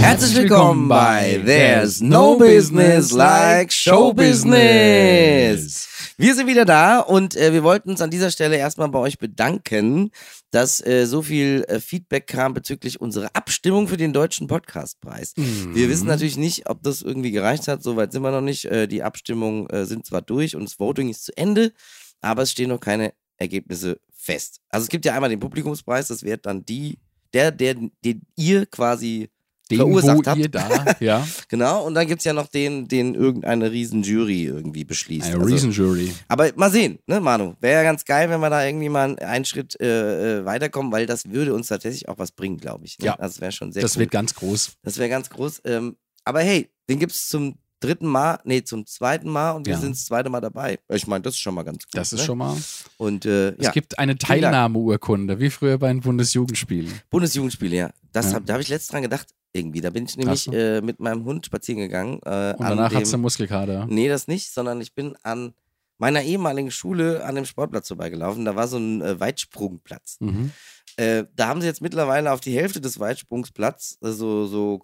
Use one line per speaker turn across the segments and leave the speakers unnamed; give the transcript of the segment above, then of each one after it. Herzlich willkommen bei There's No Business Like Show Business. Wir sind wieder da und äh, wir wollten uns an dieser Stelle erstmal bei euch bedanken, dass äh, so viel äh, Feedback kam bezüglich unserer Abstimmung für den deutschen Podcastpreis.
Mhm.
Wir wissen natürlich nicht, ob das irgendwie gereicht hat. Soweit sind wir noch nicht. Äh, die Abstimmungen äh, sind zwar durch und das Voting ist zu Ende, aber es stehen noch keine Ergebnisse fest. Also es gibt ja einmal den Publikumspreis, das wäre dann die, der, der, den ihr quasi
Den,
verursacht
wo
habt.
ihr da, ja,
Genau, und dann gibt es ja noch den, den irgendeine Riesenjury irgendwie beschließt.
eine
Also-
Reason Jury.
aber mal sehen, ne, Manu? Wäre ja ganz geil, wenn wir da irgendwie mal einen Schritt äh, äh, weiterkommen, weil das würde uns tatsächlich auch was bringen, glaube ich. Ne?
Ja.
Also Das wäre schon sehr
Das
cool.
wird ganz groß.
das wäre ganz groß. Ähm, aber hey, den gibt es zum dritten Mal, nee, zum zweiten Mal und wir
Ja.
sind das zweite Mal dabei. Ich meine, das ist schon mal ganz gut.
Das ist
ne?
schon mal.
Und äh,
Es
ja,
gibt eine
Vielen Dank.
Teilnahmeurkunde, wie früher bei den Bundesjugendspielen.
Bundesjugendspiele, ja. Das
Ja.
Hab, da habe ich letztes dran gedacht, irgendwie. Da bin ich
Hast
nämlich
du?
äh, mit meinem Hund spazieren gegangen. Äh,
Und
an
danach
dem,
hat es eine Muskelkater.
Nee, das nicht, sondern ich bin an meiner ehemaligen Schule an dem Sportplatz vorbeigelaufen. Da war so ein äh, Weitsprungplatz.
Mhm.
Äh, da haben sie jetzt mittlerweile auf die Hälfte des Weitsprungsplatz äh, so, so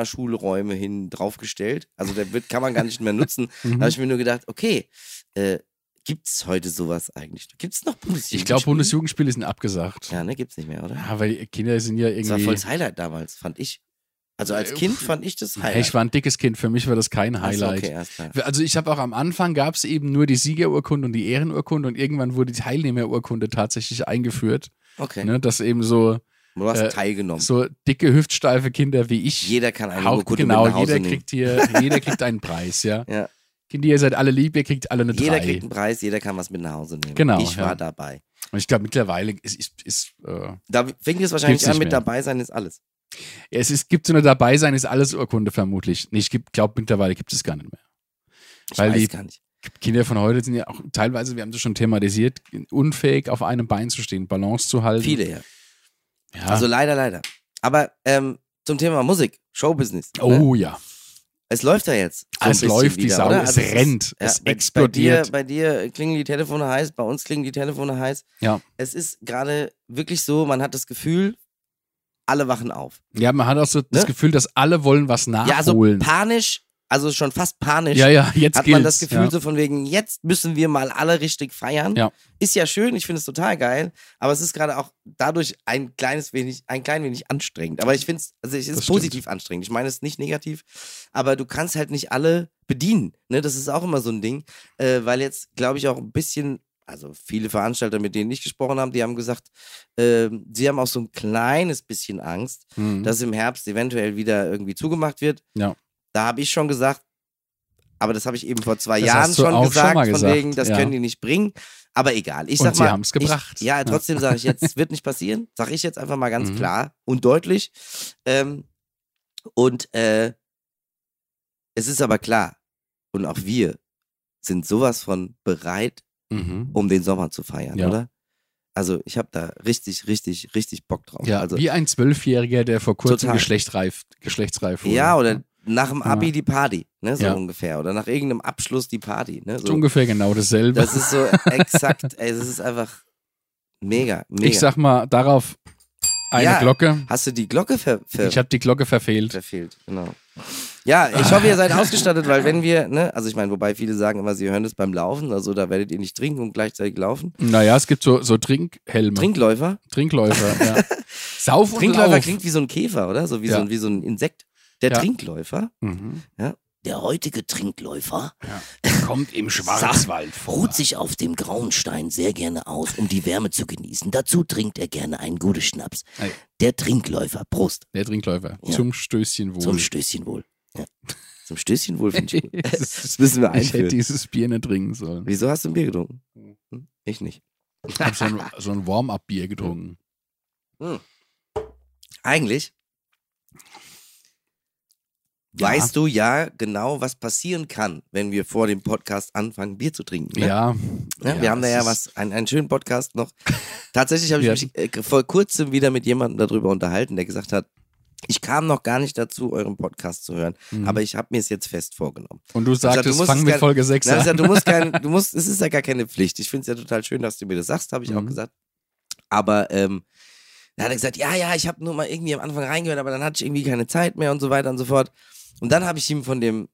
Containerschulräume hin draufgestellt. Also der wird, kann man gar nicht mehr nutzen. Da habe
Mhm.
ich mir nur gedacht, okay, äh, gibt es heute sowas eigentlich? Gibt es noch Bundesjugendspiele?
Ich glaube, Bundesjugendspiele sind abgesagt. Ja.
Ja, ne, gibt's nicht mehr, oder?
weil die Kinder sind ja
Das war
irgendwie.
voll das Highlight damals, fand ich. Also als
Äh,
Kind fand ich das Highlight.
Hey, ich war ein dickes Kind, für mich war das kein
Ach so,
Highlight.
Okay, alles klar.
Also ich habe auch am Anfang gab es eben nur die Siegerurkunde und die Ehrenurkunde und irgendwann wurde die Teilnehmerurkunde tatsächlich eingeführt,
Okay.
ne, dass eben so,
Du hast
Äh,
teilgenommen.
so dicke, hüftsteife Kinder wie ich,
jeder kann eine
hau-
Urkunde
genau,
mit nach Hause
jeder
nehmen.
kriegt hier, jeder kriegt einen Preis, ja.
Ja.
Kinder, ihr seid alle lieb, ihr kriegt alle eine
Jeder
drei.
kriegt einen Preis, jeder kann was mit nach Hause nehmen.
Genau,
Ich war
ja.
dabei.
Und ich glaube mittlerweile ist, ist, ist äh,
Da fängt es wahrscheinlich
Gibt's
an,
nicht
mit
mehr.
dabei sein ist alles.
es ist, gibt so eine dabei sein ist alles Urkunde vermutlich. Nee, ich glaube mittlerweile gibt es gar nicht mehr.
Ich
Weil
weiß
die-
gar nicht.
Kinder von heute sind ja auch teilweise, wir haben das schon thematisiert, unfähig auf einem Bein zu stehen, Balance zu halten.
Viele, ja.
Ja.
Also leider, leider. Aber ähm, zum Thema Musik, Showbusiness. Ne?
oh ja.
Es läuft ja jetzt. so ein
es
bisschen
läuft die
wieder,
Sau,
oder? Also
es rennt,
ja,
es
bei-
explodiert.
Bei dir, bei dir klingen die Telefone heiß, bei uns klingen die Telefone heiß.
Ja.
Es ist gerade wirklich so, man hat das Gefühl, alle wachen auf.
Ja, man hat auch so das
Ne?
Gefühl, dass alle wollen was
Ja, so
nachholen.
panisch, also schon fast panisch.
ja, ja, jetzt
hat
gilt's.
man das Gefühl
ja.
so von wegen, jetzt müssen wir mal alle richtig feiern.
Ja.
Ist ja schön, ich finde es total geil, aber es ist gerade auch dadurch ein kleines wenig, ein klein wenig anstrengend. Aber ich finde es, also es ist
Das stimmt.
positiv anstrengend. Ich meine es ist nicht negativ, aber du kannst halt nicht alle bedienen. Ne? Das ist auch immer so ein Ding, äh, weil jetzt, glaube ich, auch ein bisschen, also viele Veranstalter, mit denen ich gesprochen habe, die haben gesagt, äh, sie haben auch so ein kleines bisschen Angst,
Mhm.
dass im Herbst eventuell wieder irgendwie zugemacht wird.
Ja.
Da habe ich schon gesagt, aber das habe ich eben vor zwei
Das
Jahren
hast du
schon
auch schon
gesagt,
mal
von
gesagt,
wegen, das
ja.
können die nicht bringen. Aber egal. Ich
Und
sag
sie
mal,
haben's
ich-
gebracht.
Ja,
Ja.
trotzdem sage ich jetzt, es wird nicht passieren. Sage ich jetzt einfach mal ganz
Mhm.
klar und deutlich. Ähm, und äh, es ist aber klar, und auch wir sind sowas von bereit,
Mhm.
um den Sommer zu feiern,
Ja.
oder? Also ich habe da richtig, richtig, richtig Bock drauf.
ja,
also,
wie ein Zwölfjähriger, der vor kurzem
Total.
geschlechtsreif, geschlechtsreif wurde.
Ja, oder nach dem
ne? Ja.
Abi die Party, ne, so
Ja.
ungefähr. Oder nach irgendeinem Abschluss die Party, ne,
Das ist
so.
ungefähr genau dasselbe.
Das ist so exakt, ey, das ist einfach mega, mega.
ich sag mal, darauf eine
Ja.
Glocke.
Hast du die Glocke ver ver
Ich habe die Glocke verfehlt.
verfehlt? Genau. Ja, ich hoffe, ihr seid ausgestattet, weil wenn wir, ne, also ich meine, wobei viele sagen immer, sie hören das beim Laufen, also da werdet ihr nicht trinken und gleichzeitig laufen.
Naja, es gibt so, so Trinkhelme.
Trinkläufer?
Trinkläufer, ja. Sauf und
Trinkläufer
Lauf.
klingt wie so ein Käfer, oder? So wie, so,
Ja.
ein- wie so ein Insekt. Der
Ja.
Trinkläufer?
Mhm.
Der heutige Trinkläufer
Kommt im
Schwarzwald ruht sich auf dem grauen Stein sehr gerne aus, um die Wärme zu genießen. Dazu trinkt er gerne einen guten Schnaps.
Ei.
Der Trinkläufer, Prost,
Der Trinkläufer.
Ja.
Zum Stößchen wohl.
zum Stößchen wohl. Ja. Zum Stößchen wohl finde ich gut.
ich
Das müssen wir
hätte
einführen.
dieses Bier nicht trinken sollen.
Wieso hast du ein Bier getrunken? Hm? Ich nicht.
Ich habe so ein, so ein Warm-up-Bier getrunken.
Eigentlich
Ja.
weißt du ja genau, was passieren kann, wenn wir vor dem Podcast anfangen, Bier zu trinken. Ne?
Ja.
Ja, wir haben da
es
ja
ist-
was, einen, einen schönen Podcast noch. Tatsächlich habe ich
Wir
mich äh, vor kurzem wieder mit jemandem darüber unterhalten, der gesagt hat, ich kam noch gar nicht dazu, euren Podcast zu hören,
Mhm.
aber ich habe mir es jetzt fest vorgenommen.
Und du
gesagt,
sagtest,
du musst
fang
es
mit
gar-
Folge 6
Na, ich
an.
sag, du musst kein, du musst, es ist ja gar keine Pflicht. Ich finde es ja total schön, dass du mir das sagst, habe ich auch
Mhm.
gesagt. Aber ähm, Dann hat er gesagt, ja, ja, ich habe nur mal irgendwie am Anfang reingehört, aber dann hatte ich irgendwie keine Zeit mehr und so weiter und so fort. Und dann habe ich ihm von dem,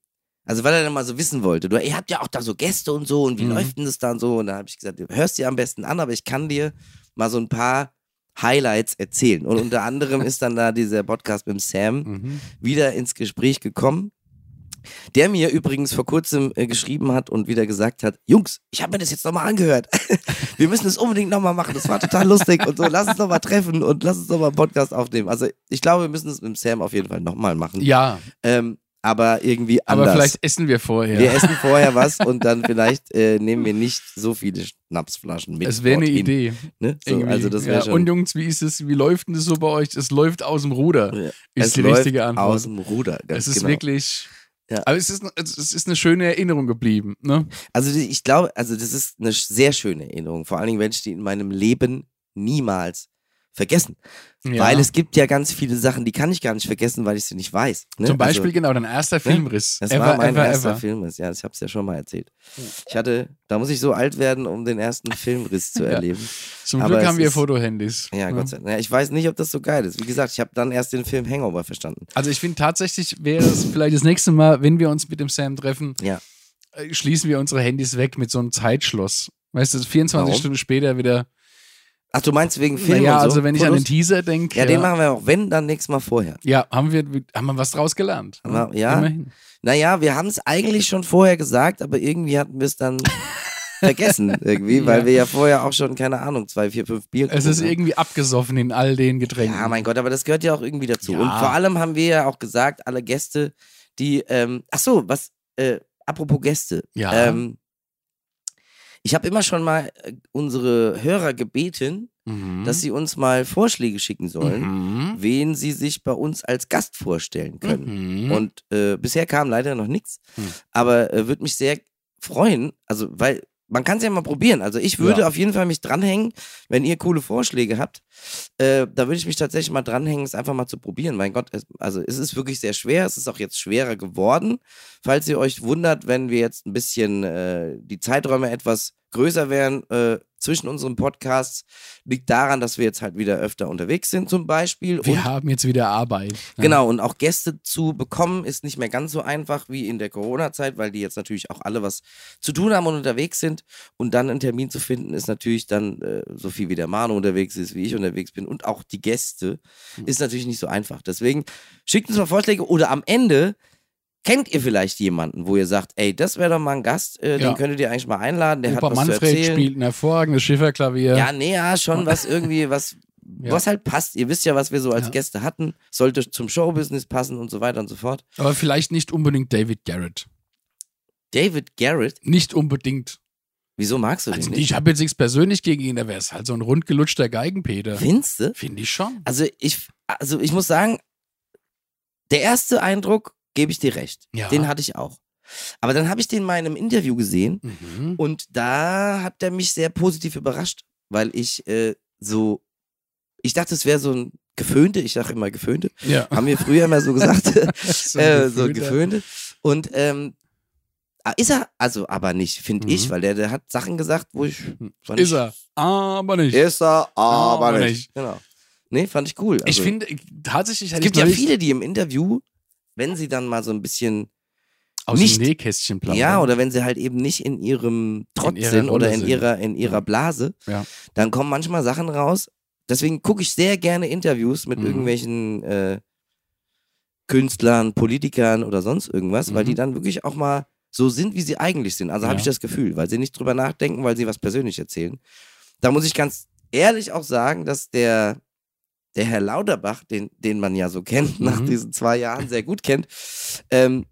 also weil er dann mal so wissen wollte, du, ihr habt ja auch da so Gäste und so und wie
Mhm.
läuft denn das dann so? Und dann habe ich gesagt, du hörst dir am besten an, aber ich kann dir mal so ein paar Highlights erzählen. Und unter anderem ist dann da dieser Podcast mit dem Sam
Mhm.
wieder ins Gespräch gekommen, der mir übrigens vor kurzem äh, geschrieben hat und wieder gesagt hat, Jungs, ich habe mir das jetzt nochmal angehört. Wir müssen es unbedingt nochmal machen. Das war total lustig und so. Lass uns nochmal treffen und lass uns nochmal einen Podcast aufnehmen. Also ich glaube, wir müssen es mit dem Sam auf jeden Fall nochmal machen.
Ja,
Ähm, aber irgendwie
aber
anders.
vielleicht essen wir vorher.
wir essen vorher was und dann vielleicht äh, nehmen wir nicht so viele Schnapsflaschen mit.
es wäre eine
dorthin,
Idee.
Ne? So,
irgendwie.
also das wäre
ja.
schon.
Und Jungs, wie ist es, wie läuft denn das so bei euch? Es läuft aus dem Ruder,
Ja.
ist
es
die
läuft
richtige Antwort.
aus dem Ruder. Ganz
es ist
genau.
wirklich.
Ja.
Aber es ist, es ist eine schöne Erinnerung geblieben. Ne?
Also die- ich glaube, also das ist eine sch- sehr schöne Erinnerung. Vor allen Dingen werde ich die in meinem Leben niemals vergessen.
Ja.
Weil es gibt ja ganz viele Sachen, die kann ich gar nicht vergessen, weil ich sie nicht weiß. Ne?
Zum Beispiel
Also,
genau dein erster Filmriss.
das
ever,
war mein
ever,
erster
ever. Oh.
Film. Ja, ich habe es ja schon mal erzählt. Ich hatte, da muss ich so alt werden, um den ersten Filmriss zu
Ja.
erleben.
Zum
Aber
Glück
es
haben wir
ist-
Fotohandys.
Ja, Gott sei Dank. Ja, ich weiß nicht, ob das so geil ist. Wie gesagt, ich habe dann erst den Film Hangover verstanden.
Also ich finde tatsächlich wäre es vielleicht das nächste Mal, wenn wir uns mit dem Sam treffen,
Ja.
äh, schließen wir unsere Handys weg mit so einem Zeitschloss. Weißt du, 24
Warum?
Stunden später wieder.
Ach, du meinst wegen Film
naja,
und so?
also wenn ich an den
Fotos?
Teaser denke.
ja, den machen wir auch, wenn, dann nächstes Mal vorher.
Ja, haben wir, haben wir was draus gelernt. ne?
Aber- ja.
Immerhin.
Naja, wir haben es eigentlich schon vorher gesagt, aber irgendwie hatten wir es dann vergessen, irgendwie, weil
Ja.
wir ja vorher auch schon, keine Ahnung, zwei, vier, fünf Bier
Es
getrunken
ist
haben.
irgendwie abgesoffen in all den Getränken.
Ja, mein Gott, aber das gehört ja auch irgendwie dazu.
Ja.
Und vor allem haben wir ja auch gesagt, alle Gäste, die, ähm, ach so, was, äh, apropos Gäste.
Ja.
Ähm, ich habe immer schon mal äh, unsere Hörer gebeten,
Mhm.
dass sie uns mal Vorschläge schicken sollen,
Mhm.
wen sie sich bei uns als Gast vorstellen können.
Mhm.
Und äh, bisher kam leider noch nichts.
Hm.
Aber äh, würde mich sehr freuen. Also, weil man kann es ja mal probieren. Also, ich würde
Ja.
auf jeden Fall mich dranhängen, wenn ihr coole Vorschläge habt. Äh, da würde ich mich tatsächlich mal dranhängen, es einfach mal zu probieren. Mein Gott, es, also, es ist wirklich sehr schwer. Es ist auch jetzt schwerer geworden. Falls ihr euch wundert, wenn wir jetzt ein bisschen äh, die Zeiträume etwas größer wären äh, zwischen unseren Podcasts, liegt daran, dass wir jetzt halt wieder öfter unterwegs sind, zum Beispiel.
wir
und
haben jetzt wieder Arbeit. ne?
Genau, und auch Gäste zu bekommen ist nicht mehr ganz so einfach wie in der Corona-Zeit, weil die jetzt natürlich auch alle was zu tun haben und unterwegs sind. Und dann einen Termin zu finden, ist natürlich dann, äh, so viel wie der Manu unterwegs ist, wie ich unterwegs bin und auch die Gäste,
Hm.
ist natürlich nicht so einfach. Deswegen schickt uns mal Vorschläge oder am Ende kennt ihr vielleicht jemanden, wo ihr sagt, ey, das wäre doch mal ein Gast, äh,
Ja.
den könntet ihr eigentlich mal einladen, der hat was
Opa
zu
Manfred
erzählen.
spielt ein hervorragendes Schifferklavier.
Ja, nee, ja, schon was irgendwie, was,
Ja.
was halt passt. Ihr wisst ja, was wir so als
Ja.
Gäste hatten. Sollte zum Showbusiness passen und so weiter und so fort.
Aber vielleicht nicht unbedingt David Garrett.
David Garrett,
Nicht unbedingt.
wieso magst du den
Also
nicht?
ich habe jetzt nichts persönlich gegen ihn, da wäre es halt so ein rundgelutschter Geigenpeter.
Findest du?
Finde ich schon.
Also ich, also ich muss sagen, der erste Eindruck, gebe ich dir recht.
Ja.
Den hatte ich auch. Aber dann habe ich den mal in einem Interview gesehen
Mhm.
und da hat er mich sehr positiv überrascht, weil ich äh, so, ich dachte, es wäre so ein Geföhnte, ich sage immer Geföhnte,
Ja.
haben wir früher immer so gesagt.
So
äh, so
gefühlt, ja.
geföhnte. Und ähm, ah, ist er, also aber nicht, finde
Mhm. Hm,
ich, weil der, der hat Sachen gesagt, wo ich. fand
Ist
ich-
er. Aber nicht.
Ist er, aber,
Aber
nicht.
nicht.
Genau. Nee, fand ich cool. Also,
ich finde, tatsächlich
es
hätte
gibt
ich
ja
neulich
viele, die im Interview, wenn sie dann mal so ein bisschen,
aus
nicht-
dem Nähkästchen plaudern.
ja, oder wenn sie halt eben nicht in ihrem Trott
ihrer
sind oder
Rolle
in
sind.
ihrer, in ihrer
Ja.
Blase,
Ja.
dann kommen manchmal Sachen raus. Deswegen gucke ich sehr gerne Interviews mit
Mhm.
irgendwelchen äh, Künstlern, Politikern oder sonst irgendwas, weil
Mhm.
die dann wirklich auch mal so sind, wie sie eigentlich sind. Also habe
Ja.
ich das Gefühl, weil sie nicht drüber nachdenken, weil sie was persönlich erzählen. Da muss ich ganz ehrlich auch sagen, dass der, der Herr Lauterbach, den, den man ja so kennt, nach
Mhm.
diesen zwei Jahren sehr gut kennt, ähm,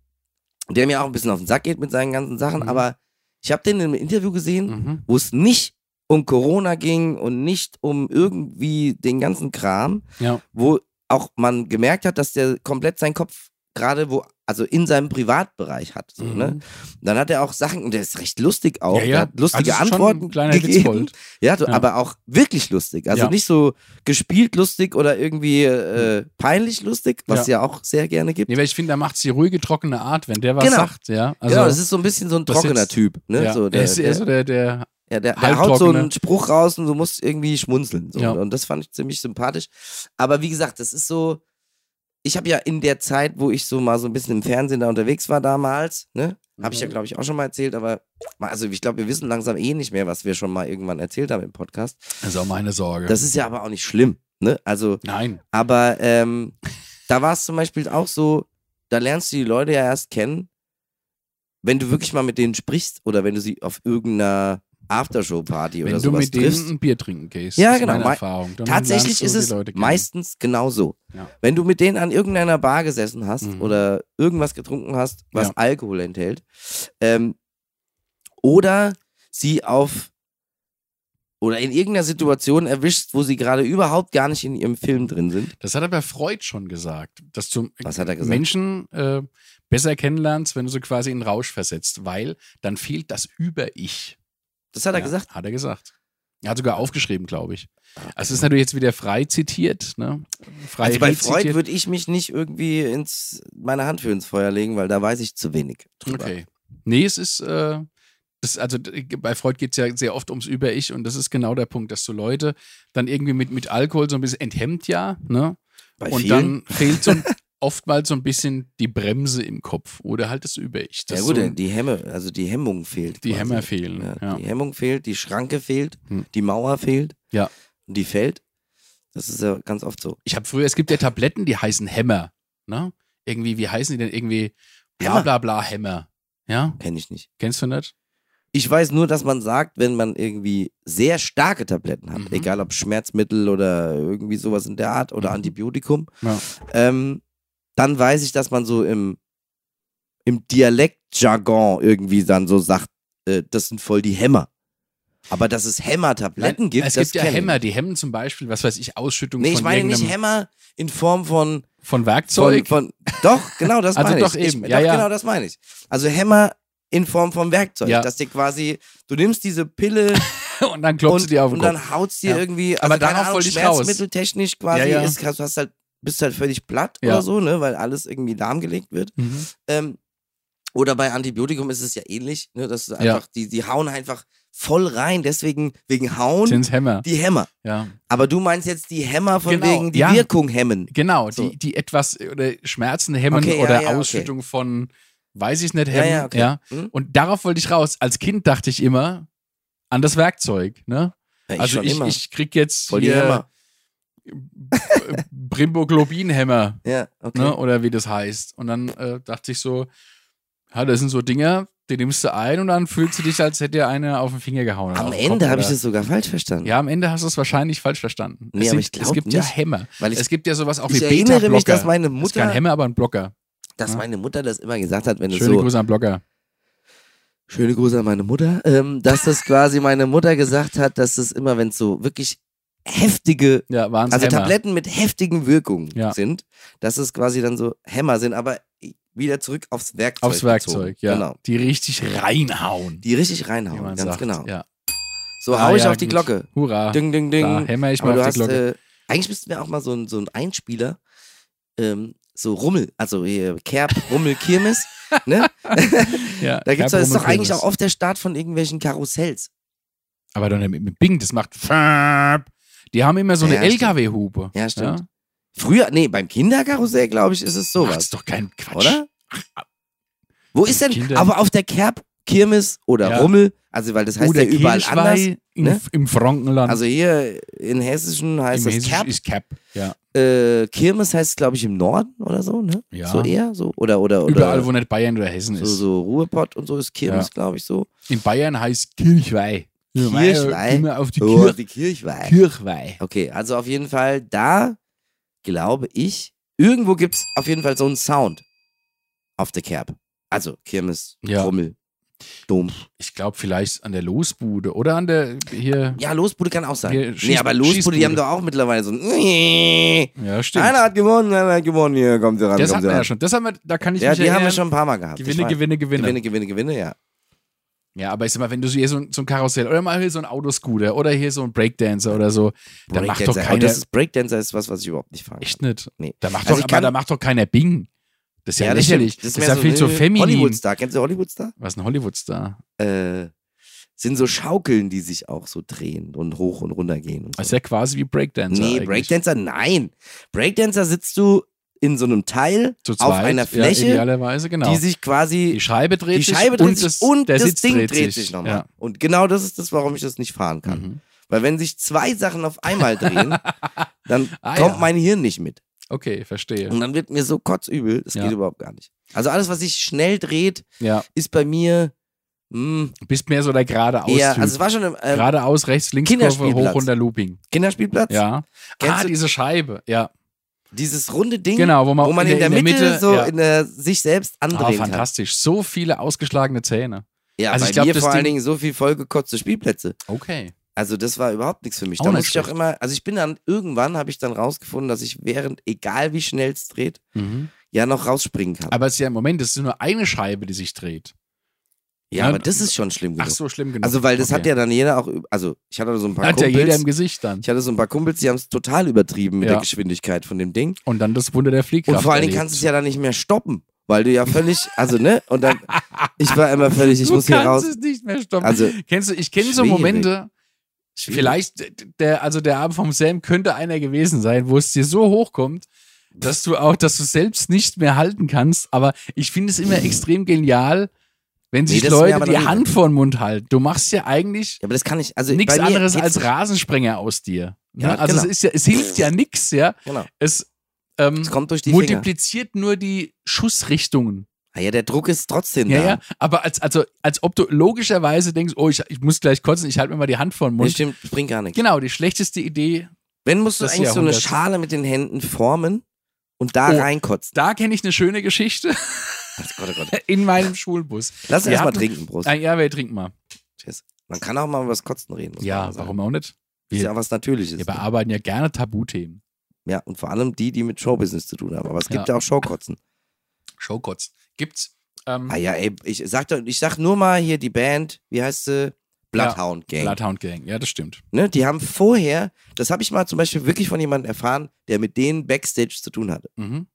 der mir auch ein bisschen auf den Sack geht mit seinen ganzen Sachen,
Mhm.
aber ich habe den in einem Interview gesehen,
Mhm.
wo es nicht um Corona ging und nicht um irgendwie den ganzen Kram,
Ja.
wo auch man gemerkt hat, dass der komplett seinen Kopf gerade wo, also in seinem Privatbereich hat. So,
Mhm.
ne? Dann hat er auch Sachen, und der ist recht lustig auch,
Ja, ja.
der hat lustige
Also es ist schon
Antworten
ein kleiner
gegeben.
Witzbold.
Ja, so,
Ja.
aber auch wirklich lustig. Also
Ja.
nicht so gespielt lustig oder irgendwie äh, peinlich lustig, was es ja auch sehr gerne gibt.
Nee, weil ich finde, da macht sie ruhige, trockene Art, wenn der was
Genau.
sagt. Ja. Also,
genau, das ist so ein bisschen so ein
das
trockener
jetzt-
Typ. Ne?
ja.
So,
er
der,
ist eher so der, der
Ja, der, der haut so einen Spruch raus und du musst irgendwie schmunzeln. So.
Ja.
Und das fand ich ziemlich sympathisch. Aber wie gesagt, das ist so. Ich habe ja in der Zeit, wo ich so mal so ein bisschen im Fernsehen da unterwegs war damals, ne? Habe ich ja,
Mhm.
glaube ich, auch schon mal erzählt, aber also ich glaube, wir wissen langsam eh nicht mehr, was wir schon mal irgendwann erzählt haben im Podcast.
Das ist auch meine Sorge.
Das ist ja aber auch nicht schlimm, ne? Also,
Nein.
aber ähm, da war es zum Beispiel auch so, da lernst du die Leute ja erst kennen, wenn du wirklich mal mit denen sprichst oder wenn du sie auf irgendeiner Aftershow-Party oder
Wenn du
sowas
mit
triffst.
denen ein Bier trinken gehst.
Ja,
ist
genau.
Meine
Mei-
Erfahrung. Dann
Tatsächlich
lernst du
ist
die
es
Leute kennen.
meistens genau so.
Ja.
Wenn du mit denen an irgendeiner Bar gesessen hast
Mhm.
oder irgendwas getrunken hast, was
Ja.
Alkohol enthält, ähm, oder sie auf oder in irgendeiner Situation erwischst, wo sie gerade überhaupt gar nicht in ihrem Film drin sind.
Das hat aber Freud schon gesagt, dass du
Was hat er gesagt?
Menschen äh, besser kennenlernst, wenn du sie quasi in den Rausch versetzt, weil dann fehlt das Über-Ich.
Das hat er
Ja,
gesagt. Ah,
Hat er gesagt. Er hat sogar aufgeschrieben, glaube ich. Also es ist natürlich jetzt wieder frei zitiert. Ne? Frei
Also bei
rezitiert.
Freud würde ich mich nicht irgendwie ins meine Hand für ins Feuer legen, weil da weiß ich zu wenig drüber.
Okay. Nee, es ist, äh, das, also d- bei Freud geht es ja sehr oft ums Über-Ich und das ist genau der Punkt, dass du Leute dann irgendwie mit, mit Alkohol so ein bisschen enthemmt ja, ne?
Bei
und
vielen.
dann fehlt so ein, oftmals so ein bisschen die Bremse im Kopf oder halt das Über-Ich. Das
ja
ist
gut,
so, ein-
die Hemme, also die Hemmung fehlt.
die
quasi.
Hämmer fehlen.
Ja,
Ja.
Die Hemmung fehlt, die Schranke fehlt,
Hm.
die Mauer fehlt.
Ja.
Und die fällt. Das ist ja ganz oft so.
Ich habe früher, es gibt ja Tabletten, die heißen Hämmer, ne? Irgendwie, wie heißen die denn irgendwie? Bla
Hämmer?
bla bla Hämmer. Ja,
Kenne ich nicht.
kennst du nicht?
Ich weiß nur, dass man sagt, wenn man irgendwie sehr starke Tabletten hat,
Mhm.
egal ob Schmerzmittel oder irgendwie sowas in der Art oder
Mhm.
Antibiotikum,
Ja.
ähm, dann weiß ich, dass man so im, im Dialektjargon irgendwie dann so sagt, äh, das sind voll die Hämmer. Aber dass es Hämmer-Tabletten gibt,
es
das
gibt ja
kenn ich.
Hämmer, die hemmen zum Beispiel, was weiß ich, Ausschüttung
Nee,
von,
ich meine nicht
irgendeinem-
Hämmer in Form von
von
Von,
Werkzeug.
von, doch, genau das
Also
meine
doch
ich.
eben,
ich
ja,
doch,
ja.
genau das meine ich. Also Hämmer in Form von Werkzeug,
Ja.
dass dir quasi, du nimmst diese Pille
und dann klopft sie
und,
dir auf den
und
Kopf.
dann haut's dir
Ja.
irgendwie, also
Aber
keine
darauf
Ahnung,
wollte ich raus.
schmerzmitteltechnisch quasi,
Ja, ja.
Ist, hast, du hast halt, bist halt völlig platt
Ja.
oder so, ne, weil alles irgendwie lahmgelegt wird.
Mhm.
Ähm, oder bei Antibiotikum ist es ja ähnlich, ne, dass du
Ja.
einfach, die, die hauen einfach voll rein, deswegen, wegen Hauen,
Sind's Hämmer.
die Hämmer.
Ja.
Aber du meinst jetzt die Hämmer von
Genau,
wegen die
ja.
Wirkung hemmen.
Genau,
So.
die, die etwas äh, oder Schmerzen hemmen
Okay, ja,
oder
ja, okay.
Ausschüttung von, weiß ich nicht,
Ja,
hemmen.
ja, okay. Hm?
Und darauf wollte ich raus. Als Kind dachte ich immer an das Werkzeug. Ne?
Ja, ich
also
schon
ich,
immer.
ich krieg jetzt
voll die Hämmer.
hier äh, Brimboglobin-Hämmer
Ja, okay.
ne? oder wie das heißt. Und dann äh, dachte ich so, ja, das sind so Dinger, die nimmst du ein und dann fühlst du dich, als hätte dir einer auf den Finger gehauen. oder
Am
auf den
Ende
Kopf
habe ich
oder-
das sogar falsch verstanden.
Ja, am Ende hast du es wahrscheinlich falsch verstanden.
Nee,
es,
aber
gibt-
ich glaub
es gibt ja
nicht.
Hämmer.
Weil ich,
Es gibt ja sowas auch wie
ich erinnere mich, dass
Beta-Blocker.
meine
Das ist kein
Mutter,
Hämmer, aber ein Blocker.
dass
Ja.
meine Mutter das immer gesagt hat, wenn es
Schöne
so
Grüße an Blocker.
schöne Grüße an meine Mutter, ähm, dass das quasi meine Mutter gesagt hat, dass es immer, wenn es so wirklich heftige,
Ja, waren
also
Hämmer.
Tabletten mit heftigen Wirkungen
Ja.
sind, dass es quasi dann so Hämmer sind, aber wieder zurück aufs Werkzeug.
Aufs Werkzeug,
bezogen.
ja.
Genau.
Die richtig reinhauen.
Die richtig
wie
reinhauen,
man
ganz
sagt.
genau.
Ja.
So
Ah,
hau ich
ja,
auf die
gut.
Glocke.
Hurra.
Ding, ding, ding.
Da hämmer ich
Aber
mal
du
auf die
hast,
Glocke.
äh, eigentlich müssten wir auch mal so ein, so ein Einspieler, ähm, so Rummel, also hier Kerb, Rummel, Kirmes, ne?
ja,
Da gibt's doch,
Herr
ist doch eigentlich
Brummelpilz.
auch oft der Start von irgendwelchen Karussells.
Aber dann mit, mit Bing, das macht. Die haben immer so eine
Ja, stimmt.
LKW-Hupe.
Ja, stimmt. Früher, nee, beim Kinderkarussell, glaube ich, ist es
So das
sowas,
ist doch kein Quatsch. ah.
oder? Wo ist denn,
Kinder-
aber auf der Kerb, Kirmes oder
Ja.
Rummel, also weil das heißt
Oder
ja überall
Kehlschwei
anders.
in,
ne?
im Frankenland.
Also hier in Hessischen heißt
Im
das
Hessischen
Kerb,
ist Cap. Ja.
äh, Kirmes heißt es, glaube ich, im Norden oder so, ne?
Ja.
So eher, so, oder, oder, oder.
Überall, wo nicht Bayern oder Hessen
so,
ist.
so Ruhrpott und so ist Kirmes,
Ja.
glaube ich, so.
In Bayern heißt Kirchweih.
Kirchweih?
Immer auf die
Oh,
Kir
die Kirchweih.
Kirchweih.
Okay, also auf jeden Fall, da glaube ich, irgendwo gibt es auf jeden Fall so einen Sound auf der Kerb. Also Kirmes,
Ja.
Rummel, Dom.
Ich glaube, vielleicht an der Losbude oder an der hier.
Ja, Losbude kann auch sein.
Hier,
nee,
Schieß-
aber Losbude,
Schießbude.
die haben doch auch mittlerweile so ein.
Ja, stimmt.
Einer hat gewonnen, einer hat gewonnen, hier kommt sie ran.
das
kommt
hatten
sie
wir
ran.
ja schon. Das haben wir, da kann ich
Ja,
mich
die haben wir
erinnern.
schon ein paar Mal gehabt. Ich
Gewinne,
weiß.
Gewinne, Gewinne,
Gewinne, Gewinne, Gewinne, ja.
Ja, aber ich sag mal, wenn du so hier so, ein- so ein Karussell oder mal hier so ein Autoscooter oder hier so ein Breakdancer oder so, da macht doch
Breakdancer.
keiner.
Und das ist Breakdancer ist was, was ich überhaupt nicht fange.
echt nicht.
Nee.
Da macht
Also ich
doch, aber
kann-
da macht doch keiner Bing. Das ist ja,
das stimmt.
lächerlich. Das ist,
mehr
ja viel zu
eine
feminin.
Hollywood-Star. Kennst du Hollywood-Star?
Was ist ein Hollywood-Star?
Äh, sind so Schaukeln, die sich auch so drehen und hoch und runter gehen. Und so.
Das ist ja quasi wie Breakdancer.
nee,
eigentlich.
Breakdancer, nein. Breakdancer sitzt du in so einem Teil
Zu
auf
zweit,
einer
Ja,
Fläche,
idealerweise, genau.
die sich quasi
die Scheibe dreht
die
sich
Scheibe
und
dreht
das,
sich und
der
das
Sitz
Ding
dreht
dreht sich nochmal.
Ja.
Und genau das ist das, warum ich das nicht fahren kann.
Mhm.
Weil wenn sich zwei Sachen auf einmal drehen, dann
Ah,
kommt
ja.
mein Hirn nicht mit.
Okay, verstehe.
Und dann wird mir so kotzübel, das
Ja.
geht überhaupt gar nicht. Also alles, was sich schnell dreht,
Ja,
ist bei mir mh,
bist mehr so der geradeaus
eher,
Typ.
also es war schon im ähm,
geradeaus, rechts, links, Kurve,
Kinderspielplatz.
hoch und der Looping.
Kinderspielplatz,
Ja.
Kennst
ah,
du-
diese Scheibe. Ja,
dieses runde Ding,
genau, wo man,
wo man in der, Mitte, so
ja.
in der, sich selbst
Ah,
andrehen kann.
fantastisch. So viele ausgeschlagene Zähne.
Ja,
Also
bei
ich glaub,
mir
das
vor allen
Ding-
Dingen so viel vollgekotzte Spielplätze.
Okay.
Also das war überhaupt nichts für mich.
Auch
da
nicht
musste ich auch
schlecht.
immer, also ich bin dann irgendwann habe ich dann rausgefunden, dass ich während egal wie schnell es dreht,
Mhm.
ja noch rausspringen kann.
Aber es ist ja im Moment, es ist nur eine Scheibe, die sich dreht.
ja, aber
ne?
das ist schon schlimm genug.
Ach so, schlimm genug.
Also weil das
Okay.
hat ja dann jeder auch, üb- also ich hatte so ein paar
Hat ja
Kumpels,
jeder im Gesicht dann.
ich hatte so ein paar Kumpels, die haben es total übertrieben mit
Ja.
der Geschwindigkeit von dem Ding.
Und dann das Wunder der Fliehkraft.
Und vor allen Dingen kannst du es ja dann nicht mehr stoppen, weil du ja völlig, also ne, und dann, ich war immer völlig, ich
du
muss hier raus.
kannst es nicht mehr stoppen.
Also
Kennst du, ich kenne so
Schwierig.
Momente, vielleicht d- der, also der Abend vom Sam könnte einer gewesen sein, wo es dir so hochkommt, dass du auch, dass du selbst nicht mehr halten kannst. Aber ich finde es immer extrem genial, wenn sich
das ist mir
Leute
aber
die
noch nie-
Hand vor den Mund halten. Du machst ja eigentlich
ja, aber das kann ich, also
nichts
bei mir
anderes
geht's-
als Rasensprenger aus dir. Ne?
Ja,
also
genau.
es ist ja, es hilft ja nichts, ja.
Genau.
Es ähm,
Es kommt durch die Finger.
multipliziert nur die Schussrichtungen.
Ah ja, der Druck ist trotzdem
Ja,
da.
ja, aber als, also, als ob du logischerweise denkst, oh, ich, ich muss gleich kotzen, ich halte mir mal die Hand vor den
Nee,
Mund.
stimmt, springt gar nichts.
Genau, die schlechteste Idee.
Wenn musst du
des
eigentlich so eine
Jahrhunderts.
Schale mit den Händen formen und da
Oh.
reinkotzen.
Da kenne ich eine schöne Geschichte
Gott, oh Gott.
in meinem Schulbus.
Lass
Wir
erst mal
hatten-
trinken, Brust.
Ah, ja, wir trinken mal.
Cheers. Man kann auch mal über das Kotzen reden. muss man
Ja,
sagen.
warum auch nicht?
Ist ja auch was Natürliches.
Wir bearbeiten ja gerne Tabuthemen.
Ja, und vor allem die, die mit Showbusiness zu tun haben. Aber es gibt
Ja.
ja, auch Showkotzen.
Showkotz. Gibt's? Ähm,
Ah ja, ey, ich sag, doch- ich sag nur mal hier die Band, wie heißt sie? Bloodhound Gang.
Bloodhound Gang. Ja, das stimmt.
Ne? Die haben vorher, das habe ich mal zum Beispiel wirklich von jemandem erfahren, der mit denen Backstage zu tun hatte.
Mhm.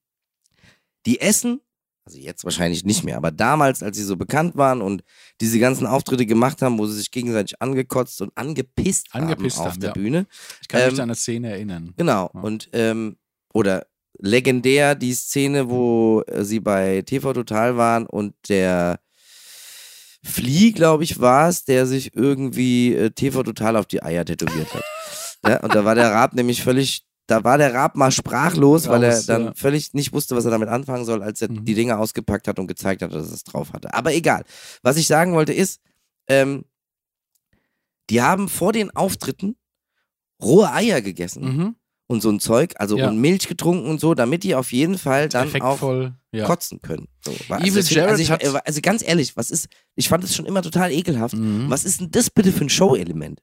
die essen, also jetzt wahrscheinlich nicht mehr, aber damals, als sie so bekannt waren und diese ganzen Auftritte gemacht haben, wo sie sich gegenseitig angekotzt und angepisst,
Angepisst
haben auf
haben,
der
ja.
Bühne.
Ich kann
Ähm,
mich an eine Szene erinnern.
Genau.
Hm. Ja.
Und ähm, oder legendär die Szene, wo äh, sie bei TV Total waren und der Flea, glaube ich, war es, der sich irgendwie äh, TV Total auf die Eier tätowiert hat. ja, und da war der Raab nämlich völlig, da war der Raab mal sprachlos, weil er
Raus,
dann
ja.
völlig nicht wusste, was er damit anfangen soll, als er
Mhm.
die Dinge ausgepackt hat und gezeigt hat, dass er es drauf hatte. Aber egal. Was ich sagen wollte ist, ähm, die haben vor den Auftritten rohe Eier gegessen
Mhm.
und so ein Zeug, also
Ja.
und Milch getrunken und so, damit die auf jeden Fall dann auch
Effektvoll. Ja.
kotzen können. So, war-
Evil
das find-
Jared
also, ich,
hat-
äh, war- also ganz ehrlich, was ist, ich fand es schon immer total ekelhaft.
Mhm.
Was ist denn das bitte für ein Show-Element?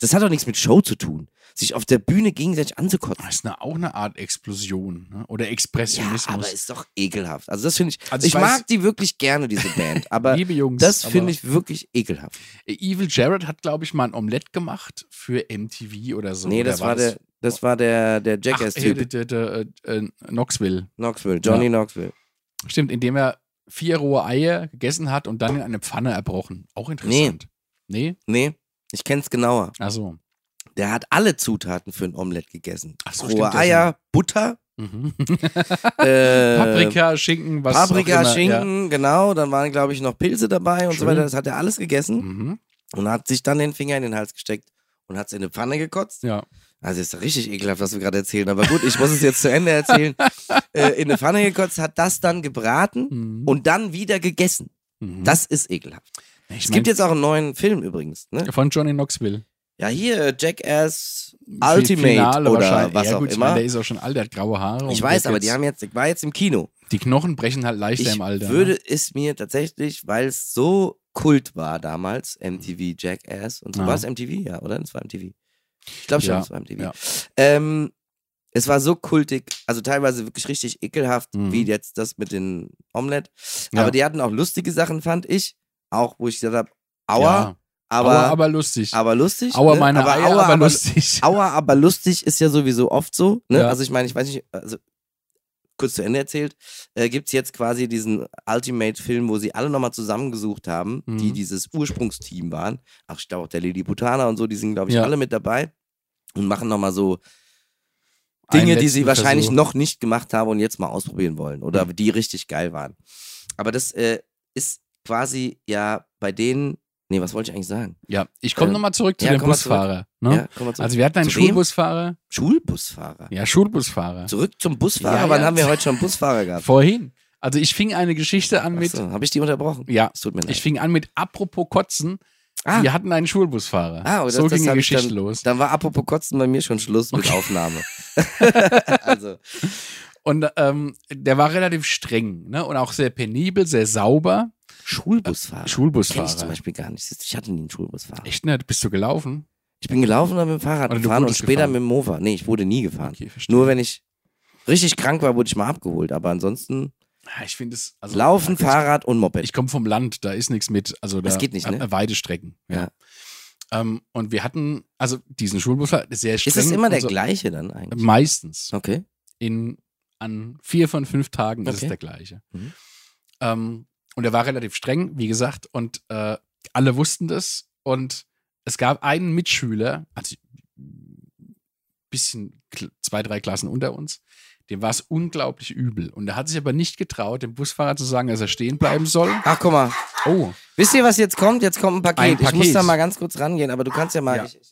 Das hat doch nichts mit Show zu tun. Sich auf der Bühne gegenseitig anzukotzen.
Das ist eine, auch eine Art Explosion ne? oder
Ja,
Expressionismus.
aber ist doch ekelhaft. Also das finde ich,
Also ich
ich,
weiß-
mag die wirklich gerne, diese Band, aber
Liebe Jungs.
das
aber-
finde ich wirklich ekelhaft.
Evil Jared hat, glaube ich, mal ein Omelett gemacht für MTV oder so.
nee,
oder
das war, der, das war der, der
Ach,
Jackass-Typ,
äh, der, der, äh, äh, Knoxville.
Knoxville, Johnny
Ja.
Knoxville.
Stimmt, indem er vier rohe Eier gegessen hat und dann in eine Pfanne erbrochen. Auch interessant. Nee. Nee?
Nee, ich kenn's genauer.
Achso.
Der hat alle Zutaten für ein Omelett gegessen.
Ach so, stimmt,
Rohe
der
Eier, Butter,
Mhm.
äh,
Paprika, Schinken, was
Paprika,
auch immer.
Schinken, genau. Dann waren, glaube ich, noch Pilze dabei und so
Schön.
weiter. Das hat er alles
Ja.
gegessen
Mhm.
und hat sich dann den Finger in den Hals gesteckt und hat es in eine Pfanne gekotzt.
ja.
Also ist richtig ekelhaft, was wir gerade erzählen. Aber gut, ich muss es jetzt zu Ende erzählen. äh, in eine Pfanne gekotzt, hat das dann gebraten
Mhm.
und dann wieder gegessen.
Mhm.
Das ist ekelhaft.
ich
Es
mein,
gibt jetzt auch einen neuen Film übrigens. Ne?
von Johnny Knoxville.
Ja, hier, äh, Jackass Ultimate
Finale
oder
wahrscheinlich.
was
ja,
auch
gut, Ich
immer.
meine, der ist auch schon alt, der hat graue Haare.
Ich
und
weiß,
wird
aber die
jetzt-
haben jetzt, ich war jetzt im Kino.
Die Knochen brechen halt leichter
Ich
im Alter.
würde es mir tatsächlich, weil es so Kult war damals, MTV Jackass und so.
Mhm. Ja.
War es MTV? Ja, oder? Es war MTV. Ich glaube schon,
Ja,
es war MTV.
ja.
Ähm, es war so kultig, also teilweise wirklich richtig ekelhaft,
Mhm.
wie jetzt das mit den Omelette.
Ja.
Aber die hatten auch lustige Sachen, fand ich. Auch, wo ich gesagt habe,
Ja.
aua, aber,
Aua,
aber,
aber lustig.
lustig.
Aua,
ne?
meine
aber,
Eier,
aua,
aber lustig.
Aua, aber lustig ist ja sowieso oft so. Ne?
Ja.
Also ich meine, ich weiß nicht, also kurz zu Ende erzählt, äh, gibt es jetzt quasi diesen Ultimate-Film, wo sie alle nochmal zusammengesucht haben,
Mhm.
die dieses Ursprungsteam waren. Ach, ich glaube auch der Lili Butana und so, die sind, glaube ich,
Ja.
alle mit dabei und machen nochmal so
Einen
Dinge, die
letzten
sie wahrscheinlich
Versuch. Mhm.
noch nicht gemacht haben und jetzt mal ausprobieren wollen oder die richtig geil waren. Aber das äh, ist quasi ja bei denen. Nee, was wollte ich eigentlich sagen?
Ja, ich komme
Ähm,
nochmal zurück zu
ja,
dem
komm mal zurück.
Busfahrer. Ne?
Ja, kommen wir zum
Also wir hatten einen
Zu wem?
Schulbusfahrer.
Schulbusfahrer.
Ja, Schulbusfahrer.
Zurück zum Busfahrer.
Ja,
Wann
ja.
haben wir heute schon Busfahrer gehabt?
Vorhin. Also ich fing eine Geschichte an mit,
Achso, habe ich die unterbrochen?
ja,
Es tut mir leid.
ich fing an mit apropos Kotzen.
Ah.
Wir hatten einen Schulbusfahrer.
Ah, oder
so
das
ging die
hab ich
Geschichte los.
Dann war apropos Kotzen bei mir schon Schluss mit Aufnahme. also,
Und ähm, der war relativ streng ne? und auch sehr penibel, sehr sauber.
Schulbusfahrer. Kenn ich zum
Schulbusfahrer.
Beispiel gar nicht. Ich hatte nie einen Schulbusfahrer.
Echt nicht? Bist du gelaufen?
Ich bin gelaufen und mit dem Fahrrad
Oder du
gefahren und
wurdest
später
gefahren.
mit dem Mofa. Nee, ich wurde nie gefahren.
Okay, verstehe.
Nur wenn ich richtig krank war, wurde ich mal abgeholt. Aber ansonsten
Ja, ich finde es. Also,
Laufen,
ich,
Fahrrad und Moped.
Ich komme vom Land, da ist nichts mit. Also da
Das geht nicht, ne?
äh, Weidestrecken.
Ja.
Ja. Ähm, und wir hatten, also diesen Schulbusfahrer, sehr streng.
ist es immer
und
der
so-
gleiche dann
Ähm,
eigentlich?
Meistens.
Okay.
in, an vier von fünf Tagen ist
Okay.
es der gleiche.
Mhm.
Ähm, und er war relativ streng, wie gesagt, und äh, alle wussten das. Und es gab einen Mitschüler, also bisschen kl- zwei, drei Klassen unter uns, dem war es unglaublich übel. Und er hat sich aber nicht getraut, dem Busfahrer zu sagen, dass er stehen bleiben soll.
Ach, guck mal.
Oh,
Wisst ihr, was jetzt kommt? Jetzt kommt ein Paket.
Ein
Ich muss
Paket.
da mal ganz kurz rangehen, aber du kannst ja mal.
Ja.
Ich, ich,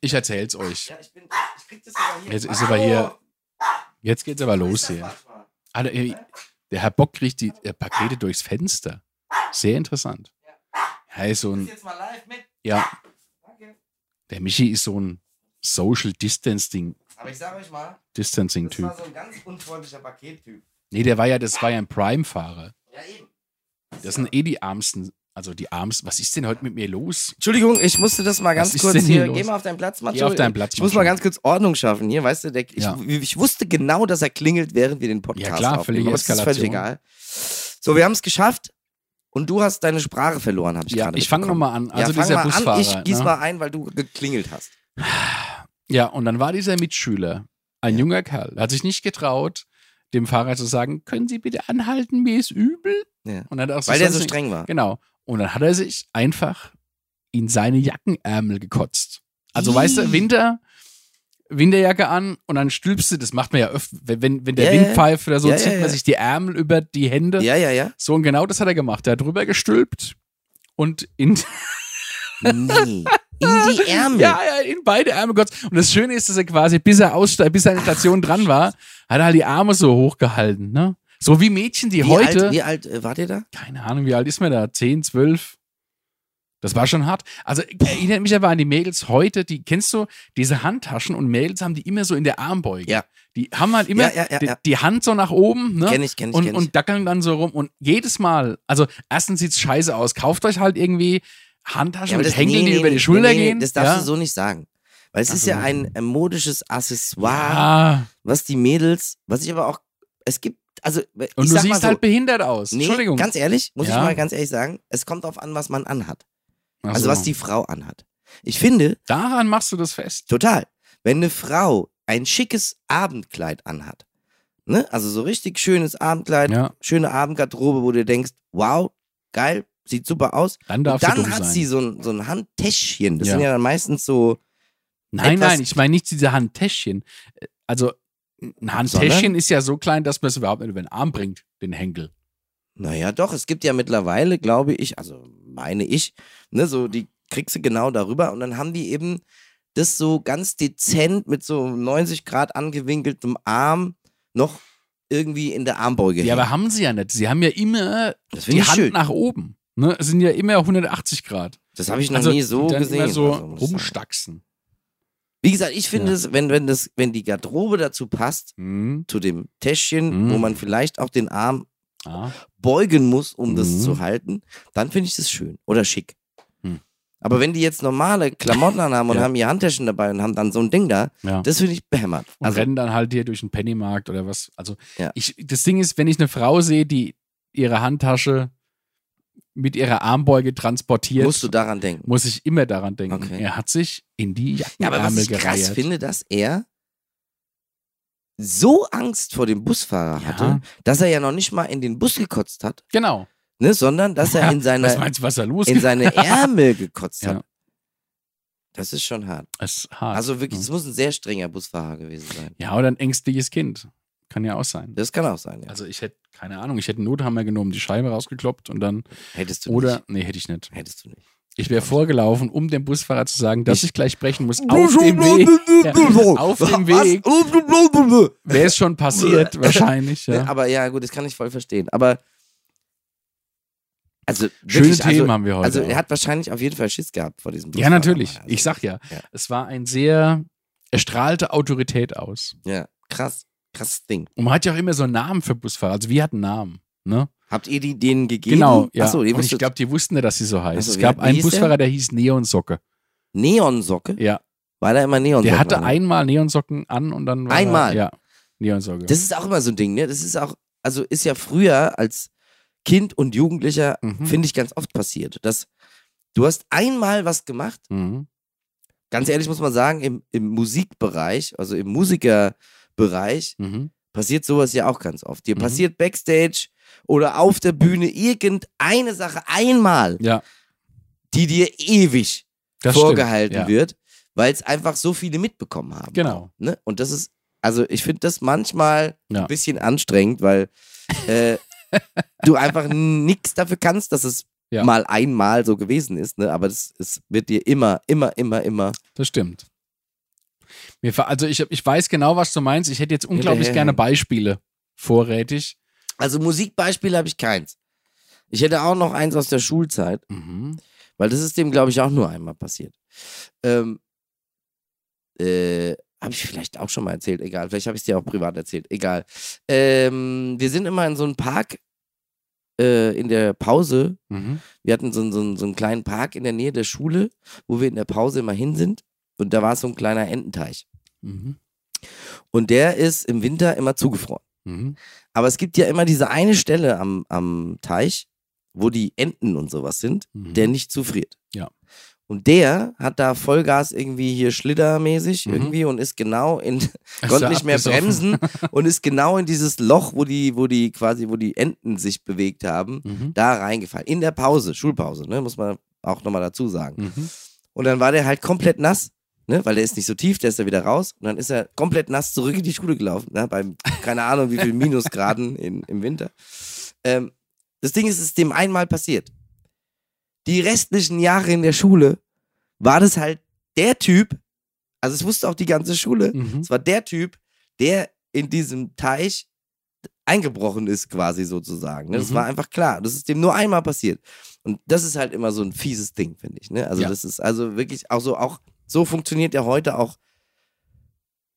ich erzähl's euch.
ja, ich, bin, ich krieg das aber hier.
Jetzt ist aber hier- Jetzt geht's aber los hier. Alter, ey, der Herr Bock kriegt die äh, Pakete durchs Fenster. Sehr interessant. Er ist so ein
jetzt mal live mit.
Ja,
Danke.
der Michi ist so ein Social Distancing,
Aber ich sag euch mal,
Distancing Typ.
so ein ganz unfreundlicher Pakettyp.
Nee, der war ja, das war ja ein Prime-Fahrer.
Ja, eben.
Das sind eh die Armsten, also die Armsten. Was ist denn heute mit mir los?
Entschuldigung, ich musste das mal
Was
ganz
ist
kurz
denn hier
hier.
los?
Geh mal auf deinen Platz, Macho.
Geh auf deinen Platz,
Ich muss
Macho.
mal ganz kurz Ordnung schaffen hier, weißt du? Der, ich,
Ja.
ich wusste genau, dass er klingelt, während wir den Podcast
Ja, klar,
aufnehmen.
völlige
Aber es ist völlig
Eskalation.
egal. So, wir haben es geschafft und du hast deine Sprache verloren, habe ich
Ja,
gerade
ich fange
mitbekommen.
nochmal an.
ja,
Also
fang
dieser
mal
Busfahrer.
an, ich gieß
ne?
mal ein, weil du geklingelt hast.
Ja, und dann war dieser Mitschüler, ein junger Kerl, hat sich nicht getraut, dem Fahrer zu sagen, können Sie bitte anhalten, mir ist übel.
Ja.
Und hat auch so
Weil der so
sonst-
streng war.
Genau. Und dann hat er sich einfach in seine Jackenärmel gekotzt. Also weißt du,
Ih.
Winter, Winterjacke an und dann stülpst du, das macht man ja öfter, wenn- wenn, wenn der
Ja, ja,
Wind
ja.
pfeift oder so,
Ja, ja,
zieht man
ja.
sich die Ärmel über die Hände.
Ja, ja, ja.
So, und genau das hat er gemacht. Er hat drüber gestülpt und in,
Nee. In die Ärmel.
ja, ja, in beide Ärmel gekotzt. Und das Schöne ist, dass er quasi, bis er aussteigt, bis seine Station dran war, hat er halt die Arme so hochgehalten, ne? So wie Mädchen, die
wie
heute.
Alt, wie alt äh, wart ihr da?
keine Ahnung, wie alt ist man da? 10, 12? Das war schon hart. Also erinnert mich aber an die Mädels heute, die kennst du, diese Handtaschen und Mädels haben die immer so in der Armbeuge.
Ja.
Die haben halt immer
Ja, ja, ja,
die,
ja.
die Hand so nach oben, ne?
Kenn ich, kenn ich,
und,
kenn ich.
und dackeln dann so rum. Und jedes Mal, also erstens sieht's scheiße aus. Kauft euch halt irgendwie Handtaschen
aber
mit
das-
Hängeln,
nee,
die
nee,
über die
nee,
Schulter
nee, nee,
gehen.
Das darfst
ja?
du so nicht sagen. Weil es
Ach
ist
so.
ja ein äh, modisches Accessoire,
Ah,
was die Mädels, was ich aber auch, es gibt, also ich
und du
sag mal
siehst
so,
halt behindert aus.
nee,
Entschuldigung.
ganz ehrlich, muss ich
Ja.
mal ganz ehrlich sagen, es kommt darauf an, was man anhat.
Ach
Also
so.
was die Frau anhat. Ich finde,
Daran machst du das fest.
total, wenn eine Frau ein schickes Abendkleid anhat, ne? also so richtig schönes Abendkleid,
Ja,
schöne Abendgarderobe, wo du denkst, wow, geil, sieht super aus.
dann
Und
darfst du
dann
dumm
hat
sein.
sie so ein, so ein Handtäschchen. Das
Ja.
sind ja dann meistens so,
Nein,
etwas-
nein, ich meine nicht diese Handtäschchen. Äh, Also ein Handtäschchen
Sondern?
ist ja so klein, dass man es überhaupt nicht über den Arm bringt, den Henkel.
naja, doch, es gibt ja mittlerweile, glaube ich, also meine ich, ne, so, die kriegst du genau darüber und dann haben die eben das so ganz dezent mit so 90 Grad angewinkeltem Arm noch irgendwie in der Armbeuge.
Ja,
hängen.
aber haben sie ja nicht. Sie haben ja immer
das Genau. finde
die
ich
Hand
schön.
nach oben. Ne? Es sind ja immer 180 Grad.
Das habe ich noch
Also,
nie so
und dann
gesehen.
Immer so
also, muss ich sagen.
rumstaxen.
Wie gesagt, ich finde
Ja.
es, wenn, wenn das, wenn die Garderobe dazu passt,
Hm.
zu dem Täschchen,
Mhm.
wo man vielleicht auch den Arm
Ah.
beugen muss, um das
Mhm.
zu halten, dann finde ich das schön oder schick.
Hm.
Aber wenn die jetzt normale Klamotten anhaben und
Ja.
haben ihr Handtaschen dabei und haben dann so ein Ding da,
Ja.
das finde ich behämmert.
Und
Also,
rennen dann halt hier durch den Pennymarkt oder was. Also
Ja.
ich, das Ding ist, wenn ich eine Frau sehe, die ihre Handtasche mit ihrer Armbeuge transportiert,
musst du daran denken.
muss ich immer daran denken.
Okay.
Er hat sich in die
Ja,
Jackenärmel
aber was ich krass
gereiert.
finde, dass er so Angst vor dem Busfahrer
Ja.
hatte, dass er ja noch nicht mal in den Bus gekotzt hat,
Genau.
ne, sondern dass er in
Was
seine,
meinst du, was da los
in seine Ärmel gekotzt
Ja.
hat. Das ist schon hart.
Das ist hart. ne?
Also wirklich, es muss ein sehr strenger Busfahrer gewesen sein.
ja, oder ein ängstliches Kind. Kann ja auch sein.
Das kann auch sein, ja.
Also ich hätte, keine Ahnung, ich hätte einen Nothammer genommen, die Scheibe rausgekloppt und dann.
Hättest du
oder,
nicht.
nee, hätte ich nicht.
Hättest du nicht.
Ich wäre vorgelaufen, um dem Busfahrer zu sagen, dass ich, gleich brechen muss. Auf dem Weg
Weg.
auf dem Weg.
Oh,
wäre es schon passiert, wahrscheinlich. Ja.
Ne, Aber ja, gut, das kann ich voll verstehen. Aber also
Schöne
wirklich,
Themen haben wir heute.
Also, also
auch.
er hat wahrscheinlich auf jeden Fall Schiss gehabt vor diesem
ja,
Busfahrer.
natürlich.
Also,
Ich sag ja,
Ja.
es war ein sehr, er strahlte Autorität aus.
Ja, krass, krasses Ding.
Und man hat ja auch immer so einen Namen für Busfahrer. Also wir hatten Namen. Ne?
Habt ihr die denen gegeben?
Genau, ja.
Achso, ihr
und ich
wusstet
glaube, die wussten ja, dass sie so heißt.
Also,
es
wie-
gab
wie
einen
hieß der?
Busfahrer, der hieß Neonsocke.
Neonsocke?
Ja,
War da immer Neonsocke?
der hatte
an?
einmal Neonsocken an und dann war
Einmal?
Er, ja, Neonsocke.
Das ist auch immer so ein Ding, ne? Das ist auch, also ist ja früher als Kind und Jugendlicher,
Mhm.
finde ich, ganz oft passiert, dass du hast einmal was gemacht,
mhm.
ganz ehrlich muss man sagen, im, im Musikbereich, also im Musikerbereich,
Mhm.
passiert sowas ja auch ganz oft. Dir
Mhm.
passiert Backstage oder auf der Bühne irgendeine Sache einmal,
Ja,
die dir ewig
das
vorgehalten
stimmt. Ja.
wird, weil es einfach so viele mitbekommen haben.
Genau.
Ne? Und das ist, also ich finde das manchmal
Ja.
ein bisschen anstrengend, weil äh, du einfach nichts dafür kannst, dass es
Ja.
mal einmal so gewesen ist. Ne? Aber das, es wird dir immer, immer, immer, immer.
Das stimmt. Mir ver- also ich, ich weiß genau, was du meinst. Ich hätte jetzt unglaublich
Hinterher.
gerne Beispiele vorrätig.
Also Musikbeispiele habe ich keins. Ich hätte auch noch eins aus der Schulzeit,
Mhm.
weil das ist dem, glaube ich, auch nur einmal passiert. Ähm, äh, habe ich vielleicht auch schon mal erzählt, egal. Vielleicht habe ich es dir auch privat erzählt, egal. Ähm, wir sind immer in so einem Park äh, in der Pause.
Mhm.
Wir hatten so, einen- so, einen- so einen kleinen Park in der Nähe der Schule, wo wir in der Pause immer hin sind. Und da war so ein kleiner Ententeich.
Mhm.
Und der ist im Winter immer zugefroren.
Mhm.
Aber es gibt ja immer diese eine Stelle am, am Teich, wo die Enten und sowas sind,
Mhm.
der nicht zufriert.
Ja.
Und der hat da Vollgas irgendwie hier schlittermäßig
Mhm.
irgendwie und ist genau in,
Ist
konnte
er
nicht mehr
Also abgesoffen?
bremsen und ist genau in dieses Loch, wo die, wo die quasi, wo die Enten sich bewegt haben,
Mhm.
da reingefallen. In der Pause, Schulpause, ne, muss man auch nochmal dazu sagen.
Mhm.
Und dann war der halt komplett nass, ne, weil der ist nicht so tief, der ist da wieder raus. Und dann ist er komplett nass zurück in die Schule gelaufen, ne, beim, keine Ahnung, wie viel Minusgraden in, im Winter. Ähm, das Ding ist, es ist dem einmal passiert. Die restlichen Jahre in der Schule war das halt der Typ, also es wusste auch die ganze Schule,
Mhm.
es war der Typ, der in diesem Teich eingebrochen ist, quasi sozusagen. ne? Das
Mhm.
war einfach klar. Das ist dem nur einmal passiert. Und das ist halt immer so ein fieses Ding, finde ich. Ne? Also,
Ja.
das ist also wirklich auch so, auch so funktioniert ja heute auch.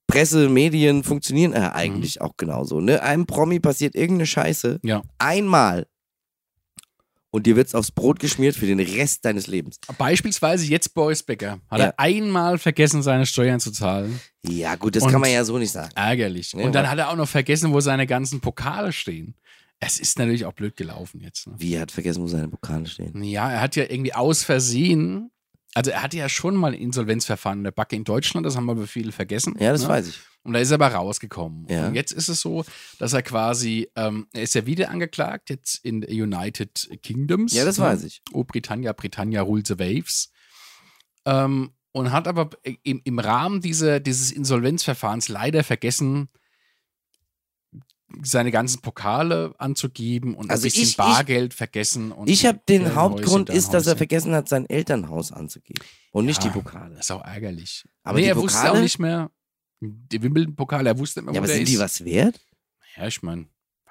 Presse, Medien funktionieren
Mhm.
äh, eigentlich auch genauso. Ne? Einem Promi passiert irgendeine Scheiße.
Ja.
Einmal. Und dir wird's aufs Brot geschmiert für den Rest deines Lebens.
Beispielsweise jetzt Boris Becker. Hat
Ja.
er einmal vergessen, seine Steuern zu zahlen.
Ja, gut, das
Und-
kann man ja so nicht sagen.
Ärgerlich.
Ja,
Und dann
aber-
hat er auch noch vergessen, wo seine ganzen Pokale stehen. Es ist natürlich auch blöd gelaufen jetzt. Ne?
Wie er hat vergessen, wo seine Pokale stehen.
Ja, er hat ja irgendwie aus Versehen, also er hatte ja schon mal ein Insolvenzverfahren in der Backe in Deutschland, das haben aber viele vergessen.
Ja, das
ne?
weiß ich.
Und da ist er aber rausgekommen.
Ja.
Und jetzt ist es so, dass er quasi, ähm, er ist ja wieder angeklagt, jetzt in United Kingdoms.
Ja, das
ne?
weiß ich.
Oh, Britannia, Britannia rule the waves. Ähm, und hat aber im, im Rahmen dieser, dieses Insolvenzverfahrens leider vergessen, seine ganzen Pokale anzugeben und
Also
ein bisschen
ich- ich-
Bargeld vergessen. Und
Ich habe den
hier ein
Hauptgrund
Häuschen, da ein
ist, dass er
Häuschen.
vergessen hat, sein Elternhaus anzugeben und nicht die
Ja.
Pokale.
Das ist auch ärgerlich.
Aber
nee,
die
er wusste auch
Pokale?
nicht mehr, die Wimbledon-Pokale, er wusste nicht mehr,
Ja,
wo
aber
der
sind
ist.
die was wert?
Ja, ich meine,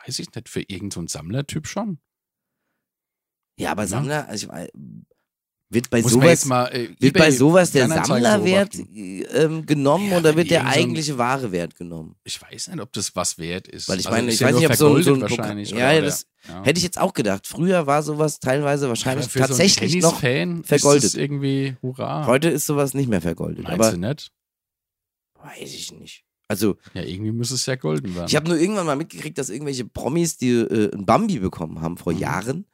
weiß ich nicht, für irgendeinen so einen Sammlertyp schon.
Ja, aber
Ja.
Sammler, also ich weiß, wird bei
Muss man
sowas
jetzt mal äh,
wird
eBay
bei sowas der
Kleinanzeigen
Sammlerwert
beobachten.
äh, ähm, genommen
Ja,
oder
wenn
wird
die
der
irgend so ein-
eigentliche wahre Wert genommen?
Ich weiß nicht, ob das was wert ist.
Weil ich
Also
meine,
ist
ich
ja
weiß
nur
nicht, ob so ein, so ein
vergoldet
Pokal-
wahrscheinlich,
ja,
oder-
ja,
oder-
das
ja.
hätte ich jetzt auch gedacht. Früher war sowas teilweise wahrscheinlich
Aber für
tatsächlich
so einen
noch.
Tennisfan ist
vergoldet.
das irgendwie hurra.
Heute ist sowas nicht mehr vergoldet,
Meinst
aber
du nicht?
weiß ich nicht. Also
Ja, irgendwie muss es ja golden werden.
Ich habe nur irgendwann mal mitgekriegt, dass irgendwelche Promis, die äh, ein Bambi bekommen haben vor
Mhm.
Jahren,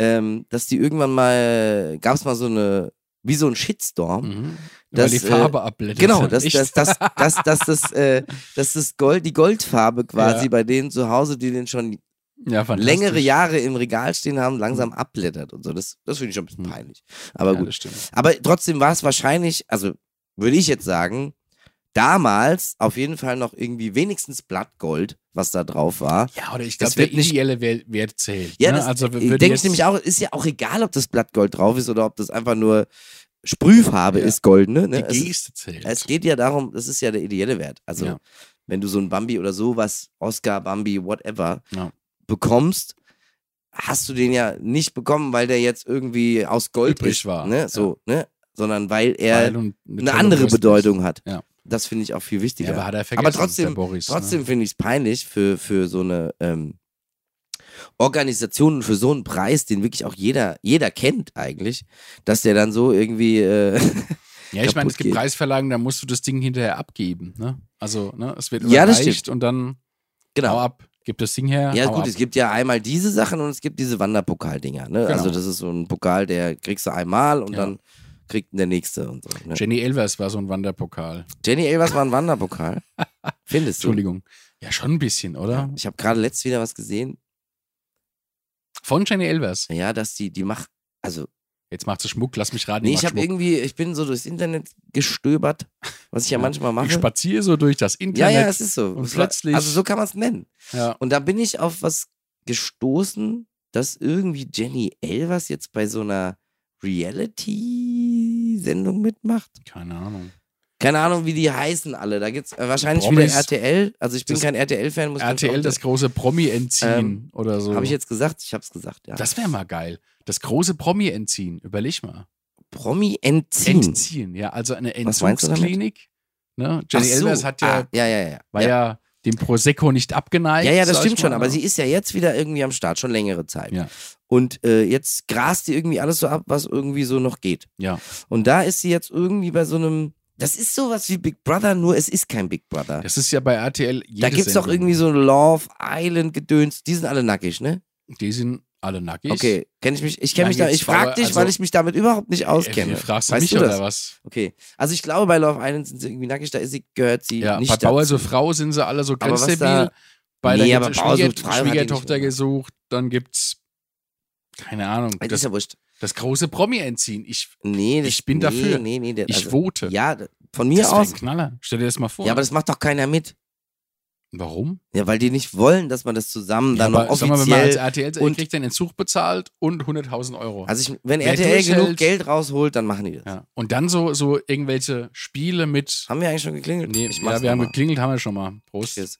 ähm, dass die irgendwann mal, gab es mal so eine wie so ein Shitstorm.
Mhm. Weil
Das, äh,
die Farbe abblättert.
Genau, dass
Ich-
das, das, das, das, das, äh, das ist Gold, die Goldfarbe quasi
Ja.
bei denen zu Hause, die den schon
ja, fantastisch.
längere Jahre im Regal stehen haben, langsam abblättert und so. Das, das finde ich schon ein bisschen
Mhm.
peinlich. Aber
Ja,
gut.
das stimmt.
Aber trotzdem war es wahrscheinlich, also würde ich jetzt sagen, damals auf jeden Fall noch irgendwie wenigstens Blattgold, was da drauf war.
Ja, oder ich
Das
glaube, der
wird nicht-
ideelle Wert, Wert zählt.
Ja,
ne?
das
also, wir- würden
Denke ich
jetzt-
nämlich auch, ist ja auch egal, ob das Blattgold drauf ist oder ob das einfach nur Sprühfarbe
Ja.
ist, goldene.
Die
Ne? Es,
Geste zählt.
es geht ja darum, das ist ja der ideelle Wert. Also
Ja.
wenn du so ein Bambi oder sowas, Oscar, Bambi, whatever,
Ja.
bekommst, hast du den ja nicht bekommen, weil der jetzt irgendwie aus Gold
Übrig
ist,
war,
Ne?
ja.
So, ne? Sondern weil er
Weil und
eine andere
Wurst ist.
Bedeutung hat.
Ja.
Das finde ich auch viel
Ja,
wichtiger.
aber hat er vergessen,
trotzdem-
der Boris, ne?
Trotzdem finde ich es peinlich für, für so eine ähm, Organisation und für so einen Preis, den wirklich auch jeder, jeder kennt eigentlich, dass der dann so irgendwie äh,
Ne? Ja, ich meine, es
kaputt
gibt
geht.
Preisverlagen, da musst du das Ding hinterher abgeben. Ne? Also, ne, es wird
Ja, das
überreicht und dann hau
genau.
ab, gib das Ding her.
Ja,
hau
gut,
ab.
es gibt ja einmal diese Sachen und es gibt diese Wanderpokaldinger. Ne?
Genau.
Also, das ist so ein Pokal, der kriegst du einmal und
Ja.
dann kriegt der nächste und so. Ne?
Jenny Elvers war so ein Wanderpokal.
Jenny Elvers war ein Wanderpokal. Findest du?
Entschuldigung. Ja, schon ein bisschen, oder?
Ich habe gerade letzt wieder was gesehen.
Von Jenny Elvers.
Ja, dass die, die macht, also
Jetzt macht sie Schmuck, lass mich raten. die
Nee, ich
macht
habe
Schmuck.
irgendwie, ich bin so durchs Internet gestöbert, was ich ja,
Ja,
manchmal
ich
mache.
spaziere so durch das
Ja,
Internet.
ja, es ist so.
und
Es war-
plötzlich-
Also so kann man es nennen.
ja.
Und da bin ich auf was gestoßen, dass irgendwie Jenny Elvers jetzt bei so einer Reality-Sendung mitmacht.
Keine Ahnung.
Keine Ahnung, wie die heißen alle. Da gibt's äh, wahrscheinlich
Promis.
wieder RTL. Also ich bin
Das-
kein RTL-Fan, muss
RTL, das
ich
große Promi-Entziehen
Ähm,
oder so.
Habe ich jetzt gesagt? Ich habe es gesagt, ja.
das wäre mal geil. Das große Promi-Entziehen, überleg mal.
Promi entziehen.
Entziehen, ja, also eine
Was meinst du damit?
Entzugsklinik. Ne?
Ach
Jenny
so.
Elvers hat ja,
Ah, ja, ja, ja.
war
ja.
ja. dem Prosecco nicht abgeneigt.
Ja, ja, das
sag
stimmt
ich
schon,
mal,
aber
ne?
sie ist ja jetzt wieder irgendwie am Start, schon längere Zeit.
Ja.
Und äh, jetzt grast sie irgendwie alles so ab, was irgendwie so noch geht.
Ja.
Und da ist sie jetzt irgendwie bei so einem. Das ist sowas wie Big Brother, nur es ist kein Big Brother.
Das ist ja bei RTL jede
Da gibt's doch
Sendung.
irgendwie so ein Love Island Gedöns. Die sind alle nackig, ne?
Die sind alle nackig. Äh,
Okay, kenn ich mich. Ich kenne
Dann
mich da.
gibt's
Ich frag
Bauer-
dich,
also-
weil ich mich damit überhaupt nicht
Äh,
auskenne.
fragst du
ne? weißt
mich
du das?
oder was?
Okay, also ich glaube, bei Love Island sind sie irgendwie nackig. Da ist sie, gehört sie
Ja,
nicht
bei Bauer
dazu.
so Frau sind sie alle so
Aber
ganz
was
stabil.
da-
Bei
Nee,
der
aber Bauer
Schwieger
sucht Frau hat die nicht
Schwiegertochter
mehr.
gesucht, dann gibt's keine Ahnung,
Das ist
das,
ja wurscht.
das große Promi entziehen. Ich,
Nee, das,
Ich bin
nee,
dafür.
Nee, nee, der,
ich
also,
vote.
Ja, d- von mir
das wär
aus.
ein Knaller. Stell dir das mal vor.
Ja, aber das macht doch keiner mit.
Warum?
Ja, weil die nicht wollen, dass man das zusammen dann
ja,
noch
aber, sag mal, wenn man als
offiziell.
RTL
und-
kriegt dann den Zug bezahlt und 100.000 Euro.
also ich, wenn
wer
RTL genug
durchhält-
Geld rausholt, dann machen die das.
ja. Und dann so, so irgendwelche Spiele mit.
Haben wir eigentlich schon geklingelt?
Nee,
ich mach's
ja, wir haben
nochmal.
geklingelt, haben wir schon mal. Prost.
Tschüss.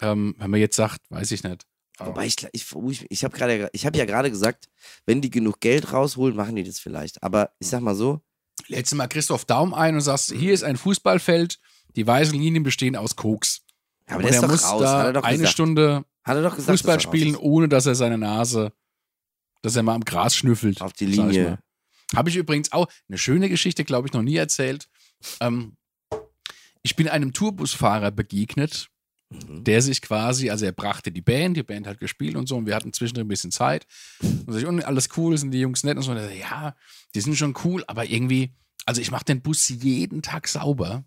Ähm, wenn man jetzt sagt, weiß ich nicht.
Wobei ich, ich, oh, ich, ich habe gerade, ich habe ja gerade gesagt, wenn die genug Geld rausholen, machen die das vielleicht. Aber ich sag mal so,
Letztes Mal Christoph Daum ein und sagst, hier ist ein Fußballfeld, die weißen Linien bestehen aus Koks.
aber
und
der ist
er
doch
muss
raus.
da
hat er doch
eine
gesagt.
Stunde
hat er doch gesagt, dass er
Fußball
raus
spielen,
ist.
ohne dass er seine Nase, dass er mal am Gras schnüffelt.
auf die
sag ich
Linie.
mal. Habe ich übrigens auch eine schöne Geschichte, glaube ich, noch nie erzählt. Ähm, ich bin einem Tourbusfahrer begegnet,
Mhm.
der sich quasi, also er brachte die Band, die Band hat gespielt und so, und wir hatten zwischendrin ein bisschen Zeit. Und, so, ich, und alles cool, sind die Jungs nett und so. Und er so, ja, die sind schon cool, aber irgendwie, also ich mache den Bus jeden Tag sauber.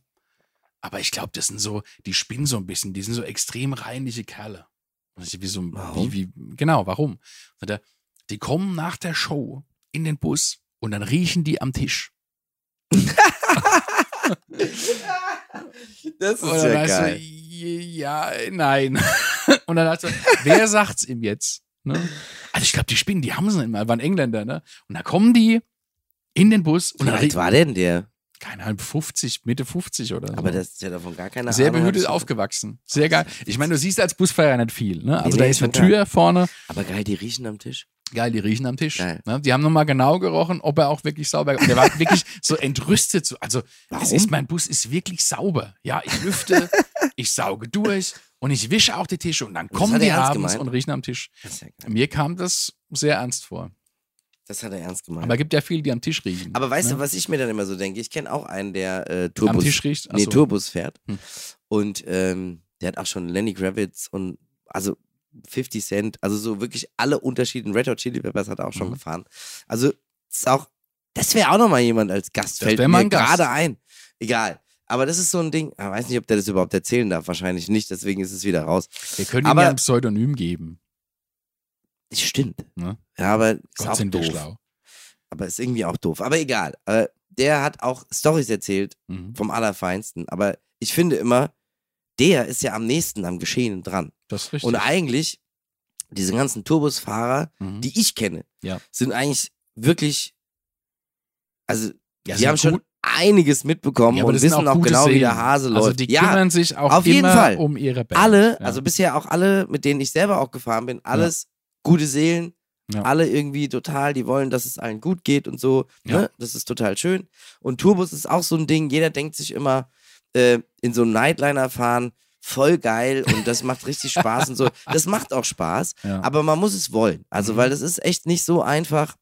Aber ich glaube, das sind so, die spinnen so ein bisschen, die sind so extrem reinliche Kerle. Und ich, wie so,
Warum?
wie, wie, genau, warum? Und er, die kommen nach der Show in den Bus und dann riechen die am Tisch.
Das ist
Und dann
ja
weißt du,
geil.
ja, nein. Und dann dachte ich, wer sagt's ihm jetzt? Ne? Also ich glaube, die Spinnen, die haben sie immer, waren Engländer, ne? Und da kommen die in den Bus und
Wie
dann
alt war denn der?
keine Ahnung, 50, Mitte 50 oder so.
Aber das ist ja davon gar keine
sehr
Ahnung. hab
behütet
ich-
aufgewachsen. Sehr geil. Ich meine, du siehst als Busfahrer nicht viel, ne? Also
Nee,
da
nee,
ist
schon
eine Tür vorne.
Aber geil, die riechen am Tisch.
Geil, die riechen am Tisch.
Geil.
Ne? Die haben nochmal genau gerochen, ob er auch wirklich sauber Und Der war wirklich so entrüstet. So, also, es
Warum?
ist, mein Bus ist wirklich sauber. Ja, ich lüfte, ich sauge durch und ich wische auch die Tische und dann
das
kommen
hat er
die
ernst
abends
gemeint?
und riechen am Tisch.
Das, ist ja geil.
Mir kam das sehr ernst vor.
das hat er ernst gemeint.
Aber es gibt ja viele, die am Tisch riechen.
Aber weißt
ne?
du, was ich mir dann immer so denke? Ich kenne auch einen, der äh,
Am
Tourbus,
Tisch riecht.
nee,
achso.
Tourbus fährt.
Hm.
Und ähm, der hat auch schon Lenny Kravitz und also 50 Cent, also so wirklich alle Unterschieden. Red Hot Chili Peppers hat er auch schon
Mhm.
gefahren. Also ist auch Das wäre auch nochmal jemand als Gast.
Das
Fällt
wär mal
mir
ein Gast.
gerade ein. Egal. Aber das ist so ein Ding. Ich weiß nicht, ob der das überhaupt erzählen darf. Wahrscheinlich nicht. Deswegen ist es wieder raus.
Wir können ihm
Aber-
ja ein Pseudonym geben.
Das stimmt.
Ne?
Ja, aber ist
Gott
auch
sind wir
doof.
schlau.
Aber ist irgendwie auch doof. Aber egal. Äh, der hat auch Stories erzählt
Mhm.
vom Allerfeinsten. Aber ich finde immer, der ist ja am nächsten am Geschehen dran.
Das ist richtig.
Und eigentlich, diese ganzen Turbusfahrer,
mhm.
die ich kenne,
Ja.
sind eigentlich wirklich, also
Ja,
die
sind
haben schon
gut.
einiges mitbekommen
Ja, aber
und
das sind
wissen
auch
auch
gute
genau, wie der
Seelen.
Hase läuft.
Also die
ja,
kümmern sich auch
auf
immer
jeden Fall.
um ihre Band.
alle,
ja.
also bisher auch alle, mit denen ich selber auch gefahren bin, alles gute Seelen,
Ja.
alle irgendwie total, die wollen, dass es allen gut geht und so.
Ja.
Ne? Das ist total schön. Und Turbus ist auch so ein Ding, jeder denkt sich immer, äh, in so einem Nightliner fahren, voll geil und das macht richtig Spaß und so. Das macht auch Spaß.
ja.
Aber man muss es wollen. Also,
Mhm.
weil das ist echt nicht so einfach,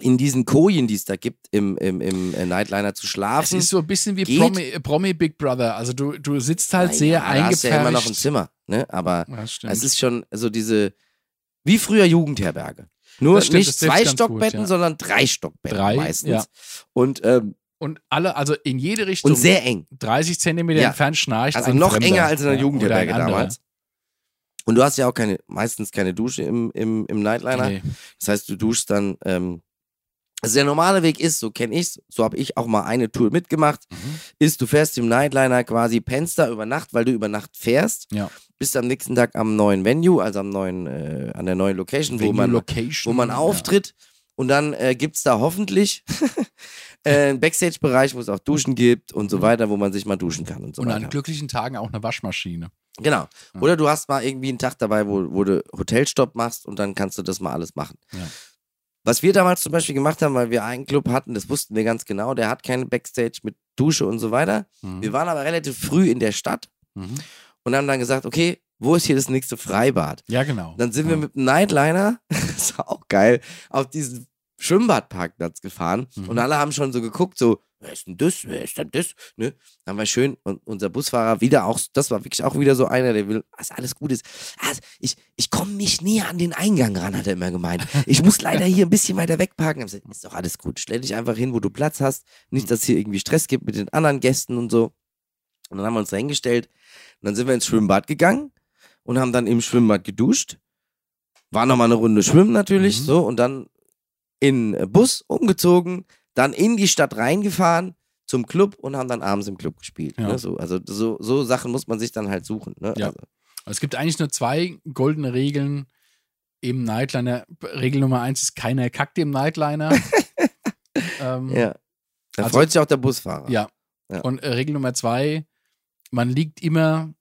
in diesen Kojen, die es da gibt, im, im, im äh, Nightliner zu
es
schlafen.
ist so ein bisschen wie
Hm. geht.
Promi, äh, Promi Big Brother. Also du, du sitzt halt
Na
sehr
ja, da hast
eingepfercht.
du ja immer noch ein Zimmer, ne? Aber
Ja, stimmt.
es ist schon so diese, wie früher Jugendherberge. Nur
Das stimmt,
nicht
das trifft's
zwei
ganz
Stockbetten,
gut, ja.
sondern drei Stockbetten
Drei,
meistens.
ja.
Und, ähm,
und alle, also in jede Richtung,
und sehr eng.
30 Zentimeter
Ja.
entfernt schnarcht
Also
ein
noch
Fremder.
enger als in der
Ja,
Jugendherberge
oder ein anderer.
damals. Und du hast ja auch keine, meistens keine Dusche im, im, im Nightliner.
Nee.
Das heißt, du duschst dann. Ähm, also der normale Weg ist, so kenne ich's, so habe ich auch mal eine Tour mitgemacht,
Mhm.
ist, du fährst im Nightliner quasi, pennst da über Nacht, weil du über Nacht fährst,
Ja.
bist am nächsten Tag am neuen Venue, also am neuen, äh, an der neuen Location, wo
Venue,
man,
Location,
wo man
ja.
auftritt. Und dann äh, gibt's da hoffentlich äh, einen Backstage-Bereich, wo es auch Duschen gibt und so weiter, wo man sich mal duschen kann und so
Mhm. Und
weiter.
an glücklichen Tagen auch eine Waschmaschine.
Genau.
Ja.
Oder du hast mal irgendwie einen Tag dabei, wo, wo du Hotelstopp machst und dann kannst du das mal alles machen.
Ja.
Was wir damals zum Beispiel gemacht haben, weil wir einen Club hatten, das wussten wir ganz genau, der hat keine Backstage mit Dusche und so weiter.
Mhm.
Wir waren aber relativ früh in der Stadt
Mhm.
und haben dann gesagt, okay, wo ist hier das nächste Freibad?
Ja, genau.
Dann sind wir
Ja.
mit dem Nightliner, das war auch geil, auf diesen Schwimmbadparkplatz gefahren
Mhm.
und alle haben schon so geguckt, so, wer ist denn das, wer ist denn das? Ne? Dann war schön und unser Busfahrer wieder auch, das war wirklich auch wieder so einer, der will, dass alles gut ist. Ah, ich ich komme nicht näher an den Eingang ran, hat er immer gemeint. Ich muss leider hier ein bisschen weiter wegparken. Hab gesagt, ist doch alles gut, stell dich einfach hin, wo du Platz hast. Nicht, dass hier irgendwie Stress gibt mit den anderen Gästen und so. Und dann haben wir uns da hingestellt und dann sind wir ins Schwimmbad gegangen und haben dann im Schwimmbad geduscht. War nochmal eine Runde schwimmen natürlich,
Mhm.
so und dann in äh, Bus umgezogen, dann in die Stadt reingefahren zum Club und haben dann abends im Club gespielt.
Ja.
Ne? So, also so, so Sachen muss man sich dann halt suchen. Ne?
Ja.
Also,
Es gibt eigentlich nur zwei goldene Regeln im Nightliner. Regel Nummer eins ist, keiner kackt im Nightliner. ähm,
ja. Da
Also-
freut sich auch der Busfahrer.
Ja.
Ja.
Und äh, Regel Nummer zwei, man liegt immer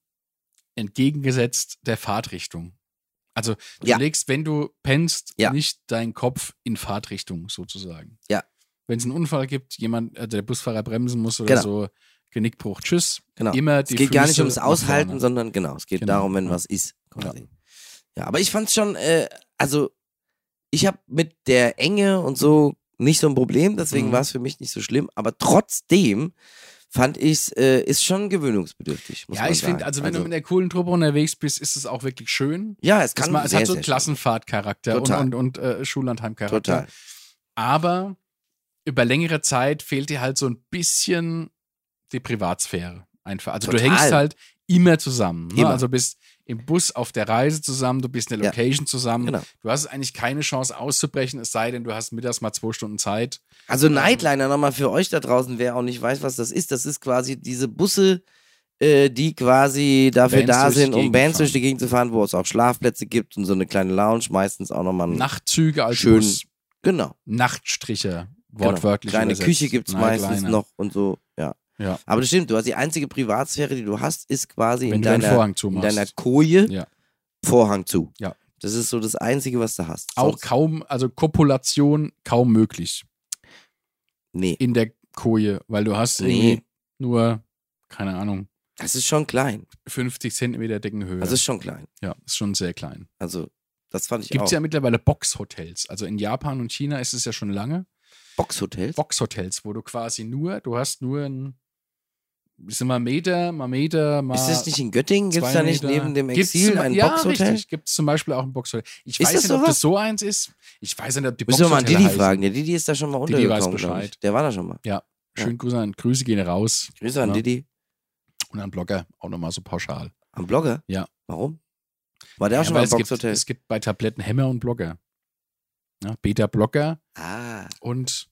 entgegengesetzt der Fahrtrichtung. Also du
Ja.
legst, wenn du pennst,
Ja.
nicht deinen Kopf in Fahrtrichtung sozusagen.
Ja.
Wenn es einen Unfall gibt, jemand, äh, der Busfahrer bremsen muss oder
Genau.
so, Genickbruch, tschüss.
Genau.
Immer
Es
die
geht gar nicht
Füße
ums
nach
Aushalten,
vorne.
sondern genau, es geht
Genau,
darum, wenn
ja.
was ist. Quasi. Ja. aber ich fand's schon, äh, also ich habe mit der Enge und so nicht so ein Problem, deswegen
Mhm.
war es für mich nicht so schlimm, aber trotzdem fand ich äh, ist schon gewöhnungsbedürftig. Muss
Ja,
man
ich
sagen.
finde, also wenn du mit einer coolen Truppe unterwegs bist, ist es auch wirklich schön.
ja, es
Es,
kann
ma- es
sehr,
hat so
sehr
Klassenfahrtcharakter und,
Total.
und, und äh,
schön-
Schullandheimcharakter.
total.
Aber über längere Zeit fehlt dir halt so ein bisschen die Privatsphäre einfach. Also du
Total.
hängst halt immer zusammen. Ne?
Immer.
Also bist im Bus auf der Reise zusammen, du bist in der
Ja.
Location zusammen.
Genau.
Du hast eigentlich keine Chance auszubrechen, es sei denn, du hast mittags mal zwei Stunden Zeit.
Also Nightliner nochmal für euch da draußen, wer auch nicht weiß, was das ist, das ist quasi diese Busse, äh, die quasi dafür
Bands
da
durch die
sind, um
Gegend
Bands durch
fahren.
die Gegend zu fahren, wo es auch Schlafplätze gibt und so eine kleine Lounge, meistens auch nochmal ein
Nachtzüge als
Schön.
Bus,
Genau.
Nachtstriche, wortwörtlich.
Genau. Kleine
übersetzt.
Küche gibt's
Nightliner.
meistens noch und so, ja.
Ja.
Aber das stimmt, du hast die einzige Privatsphäre, die du hast, ist quasi
Wenn
in
du deinen
deiner,
Vorhang
in
zumachst.
deiner Koje
Ja.
Vorhang zu.
Ja.
Das ist so das Einzige, was du hast.
auch
Sonst-
kaum, also Kopulation kaum möglich
Nee.
in der Koje, weil du hast irgendwie
Nee.
nur, keine Ahnung,
Das ist schon klein.
50 Zentimeter dicken Höhe.
Das ist schon klein.
ja, ist schon sehr klein.
Also, das fand ich
Gibt es
auch.
ja mittlerweile Boxhotels. Also in Japan und China ist es ja schon lange.
Boxhotels?
Boxhotels, wo du quasi nur, du hast nur ein, Ist immer Meter, mal Meter, mal.
Ist das nicht in Göttingen? Gibt es da nicht
Meter.
neben dem
Gibt's
Exil
zum-
ein
ja,
Boxhotel?
Richtig, gibt es zum Beispiel auch ein Boxhotel. Ich
Ist
weiß
das
nicht, ob
sowas?
das so eins ist. Ich weiß nicht, ob die
Müssen wir
Boxhotel
mal an Didi
heißen.
fragen. Der Didi ist da schon mal
Didi weiß
untergekommen. glaub ich.
Bescheid.
Der war da schon mal.
Schönen Grüße an, Grüße gehen raus.
Grüße an
Ja.
Didi.
Und an Blogger auch nochmal so pauschal.
Am Blogger?
Ja.
Warum? War der auch schon mal
aber
im
es, gibt,
Boxhotel?
es gibt bei Tabletten Hämmer und Blogger. Ja, Beta-Blocker
Ah,
und,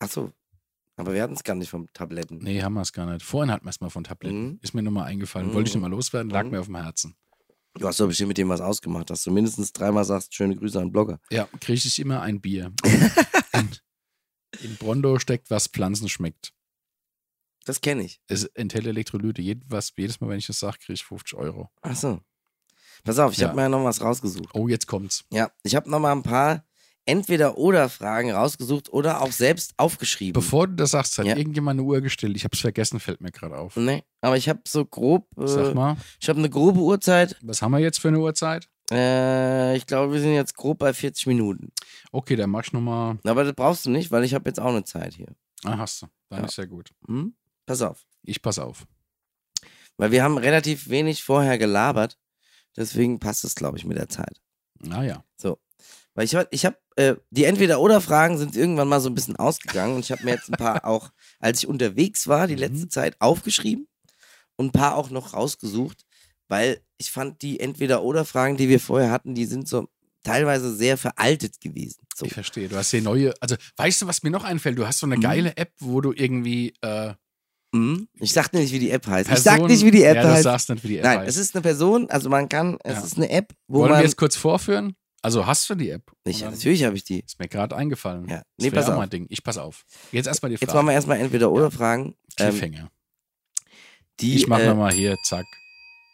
ach so. Aber wir hatten es gar nicht vom Tabletten.
nee, haben wir es gar nicht. Vorhin hatten wir es mal von Tabletten.
Mhm.
Ist mir nochmal eingefallen.
Mhm.
Wollte ich nochmal loswerden, lag
Mhm.
mir auf dem Herzen.
Du hast doch bestimmt mit dem was ausgemacht, dass du mindestens dreimal sagst, schöne Grüße an Blogger.
Ja, kriege ich immer ein Bier. Und in Brondo steckt, was Pflanzen schmeckt.
Das kenne ich.
Es enthält Elektrolyte. Jedes, jedes Mal, wenn ich das sage, kriege ich 50 Euro.
Ach so. Pass auf, ich
Ja.
habe mir ja noch was rausgesucht.
Oh, jetzt kommt's.
Ja, ich habe noch mal ein paar Entweder-Oder-Fragen rausgesucht oder auch selbst aufgeschrieben.
Bevor du das sagst, hat
Ja. Mhm.
irgendjemand eine Uhr gestellt. Ich habe es vergessen, fällt mir gerade auf.
Nee, Ne? aber ich habe so grob,
Sag
äh,
mal,
ich habe eine grobe Uhrzeit.
was haben wir jetzt für eine Uhrzeit?
Äh, ich glaube, wir sind jetzt grob bei 40 Minuten.
Okay, dann mach ich nochmal.
Aber das brauchst du nicht, weil ich habe jetzt auch eine Zeit hier.
Ah, hast du. Dann
Ja.
ist ja gut.
Hm? Pass auf.
Ich pass auf.
Weil wir haben relativ wenig vorher gelabert. Deswegen passt es, glaube ich, mit der Zeit.
Naja.
Weil ich, hab- ich habe, äh, die Entweder-Oder-Fragen sind irgendwann mal so ein bisschen ausgegangen und ich habe mir jetzt ein paar auch, als ich unterwegs war, die
Mhm.
letzte Zeit aufgeschrieben und ein paar auch noch rausgesucht, weil ich fand, die Entweder-Oder-Fragen, die wir vorher hatten, die sind so teilweise sehr veraltet gewesen. So.
Ich verstehe. Du hast hier neue. Also, weißt du, was mir noch einfällt? Du hast so eine
Mhm.
geile App, wo du irgendwie. Äh,
Mhm. Ich sag dir nicht, wie die App heißt. ich
Personen-
sag nicht, wie die App
ja, du
heißt.
sagst nicht, wie die App
Nein,
heißt.
es ist eine Person, also man kann, es
Ja.
ist eine App, wo
Wollen wir
man.
es kurz vorführen? Also, hast du die App?
Ich,
Oder-
natürlich habe ich die.
Ist mir gerade eingefallen.
Ja.
Hm. Das
Nee,
wär
pass
auch
auf.
mal ein Ding. Ich pass auf. Jetzt erstmal die
Jetzt machen
Frage.
wir erstmal entweder oder Fragen. Ähm,
Cliffhanger.
die,
ich mach
äh,
nochmal hier, zack.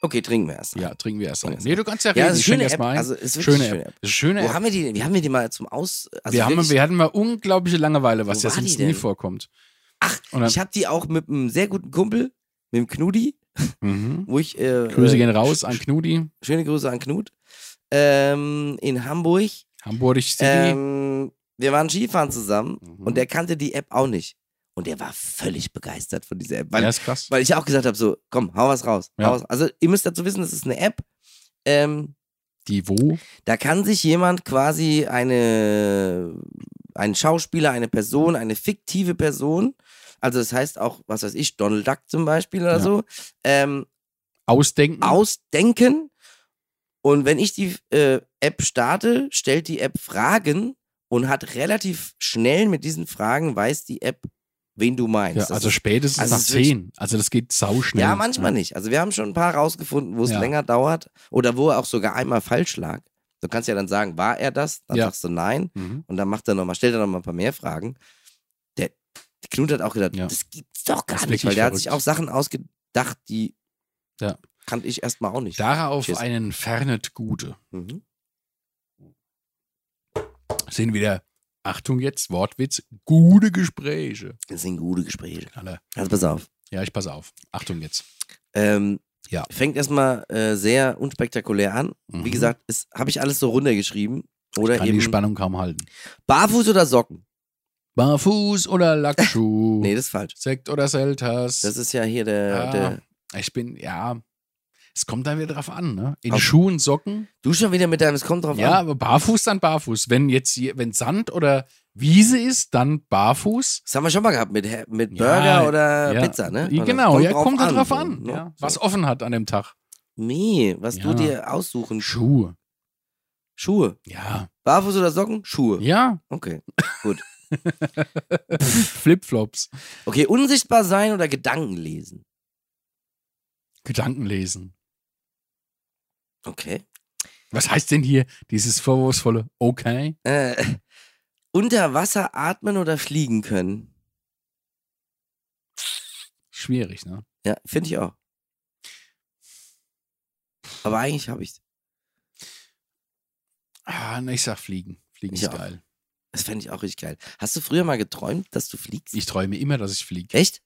Okay, trinken wir erst.
Ja, trinken wir erst
trinken
ein.
wir
Nee, du kannst ja reden.
Ja, das ist
ich
eine schöne
schenk erst
App.
mal ein.
Also, es ist wirklich
schöne
eine schöne
App. Das ist eine Schöne
Wo
App.
haben wir die denn? Wie haben wir die mal zum Aus. Also
wir, haben,
wirklich-
wir hatten mal unglaubliche Langeweile,
Wo
was ja
war die
sonst
denn?
nie vorkommt.
Ach,
Und dann-
ich habe die auch mit einem sehr guten Kumpel, mit dem Knudi,
Mhm.
wo ich. Äh,
Grüße
äh,
gehen raus an Knudi,
Schöne Grüße an Knut. Ähm, in Hamburg.
Hamburg City.
Ähm, wir waren Skifahren zusammen
Mhm.
und der kannte die App auch nicht. Und der war völlig begeistert von dieser App. Weil,
ja, ist krass.
weil ich auch gesagt habe: so, komm, hau was raus.
Ja.
Hau was. Also, ihr müsst dazu wissen, es ist eine App. Ähm,
Die wo?
Da kann sich jemand quasi eine, ein Schauspieler, eine Person, eine fiktive Person, also das heißt auch, was weiß ich, Donald Duck zum Beispiel oder
Ja.
so, ähm,
Ausdenken.
ausdenken. Und wenn ich die äh, App starte, stellt die App Fragen und hat relativ schnell mit diesen Fragen weiß die App, wen du meinst.
ja,
Das
also
ist-
spätestens
also
nach
es ist wirklich-
10. Also das geht sauschnell.
ja, manchmal nicht. Also wir haben schon ein paar rausgefunden, wo es
Ja.
länger dauert oder wo er auch sogar einmal falsch lag. Du kannst ja dann sagen, war er das? Dann
Ja.
sagst du nein
Mhm.
und dann macht er nochmal, stellt er nochmal ein paar mehr Fragen. Der, der Knut hat auch gedacht,
Ja.
das gibt's doch
Das
gar
ist
nicht,
wirklich
weil der hat
verrückt.
sich auch Sachen ausgedacht, die
Ja.
kannte ich erstmal auch nicht.
Darauf
Cheers.
einen Fernet Gute.
Mhm.
Sehen wieder, Achtung jetzt, Wortwitz, gute Gespräche.
Das sind gute Gespräche.
Knaller.
Also pass auf.
Ja, ich passe auf. Achtung jetzt.
Ähm,
Ja.
Fängt erstmal äh, sehr unspektakulär an.
Mhm.
Wie gesagt, habe ich alles so runtergeschrieben. Oder
kann die
eben
Spannung kaum halten.
Barfuß oder Socken.
Barfuß oder Lackschuh?
Nee, das ist falsch.
Sekt oder Selters?
Das ist ja hier der,
Uh. Ah.
der.
ich bin, ja, es kommt dann wieder drauf an, ne? In
Auf-
Schuhen, Socken?
Du schon wieder mit deinem, es kommt drauf
Ja,
an.
aber barfuß dann barfuß. Wenn jetzt, hier- wenn Sand oder Wiese ist, dann barfuß.
Das haben wir schon mal gehabt mit, Hä- mit
Ja,
Burger oder
ja,
Pizza, ne?
Ja,
Also,
Genau, ja, kommt da drauf
so,
an.
ne?
ja.
So.
Was offen hat an dem Tag.
Nee, was du
Ja.
dir aussuchen.
Schuhe.
Schuhe.
Ja.
Barfuß oder Socken? Schuhe.
Ja.
Okay.
Flipflops.
Okay, unsichtbar sein oder Gedanken lesen?
Gedanken lesen.
Okay.
Was heißt denn hier dieses vorwurfsvolle Okay?
Äh, unter Wasser atmen oder fliegen können?
Schwierig, ne?
Ja, finde ich auch. Aber eigentlich habe ich
Ah, ne, ich sag fliegen. Fliegen
Ich
ist
auch.
geil.
Das fände ich auch richtig geil. Hast du früher mal geträumt, dass du fliegst?
Ich träume immer, dass ich fliege.
Echt?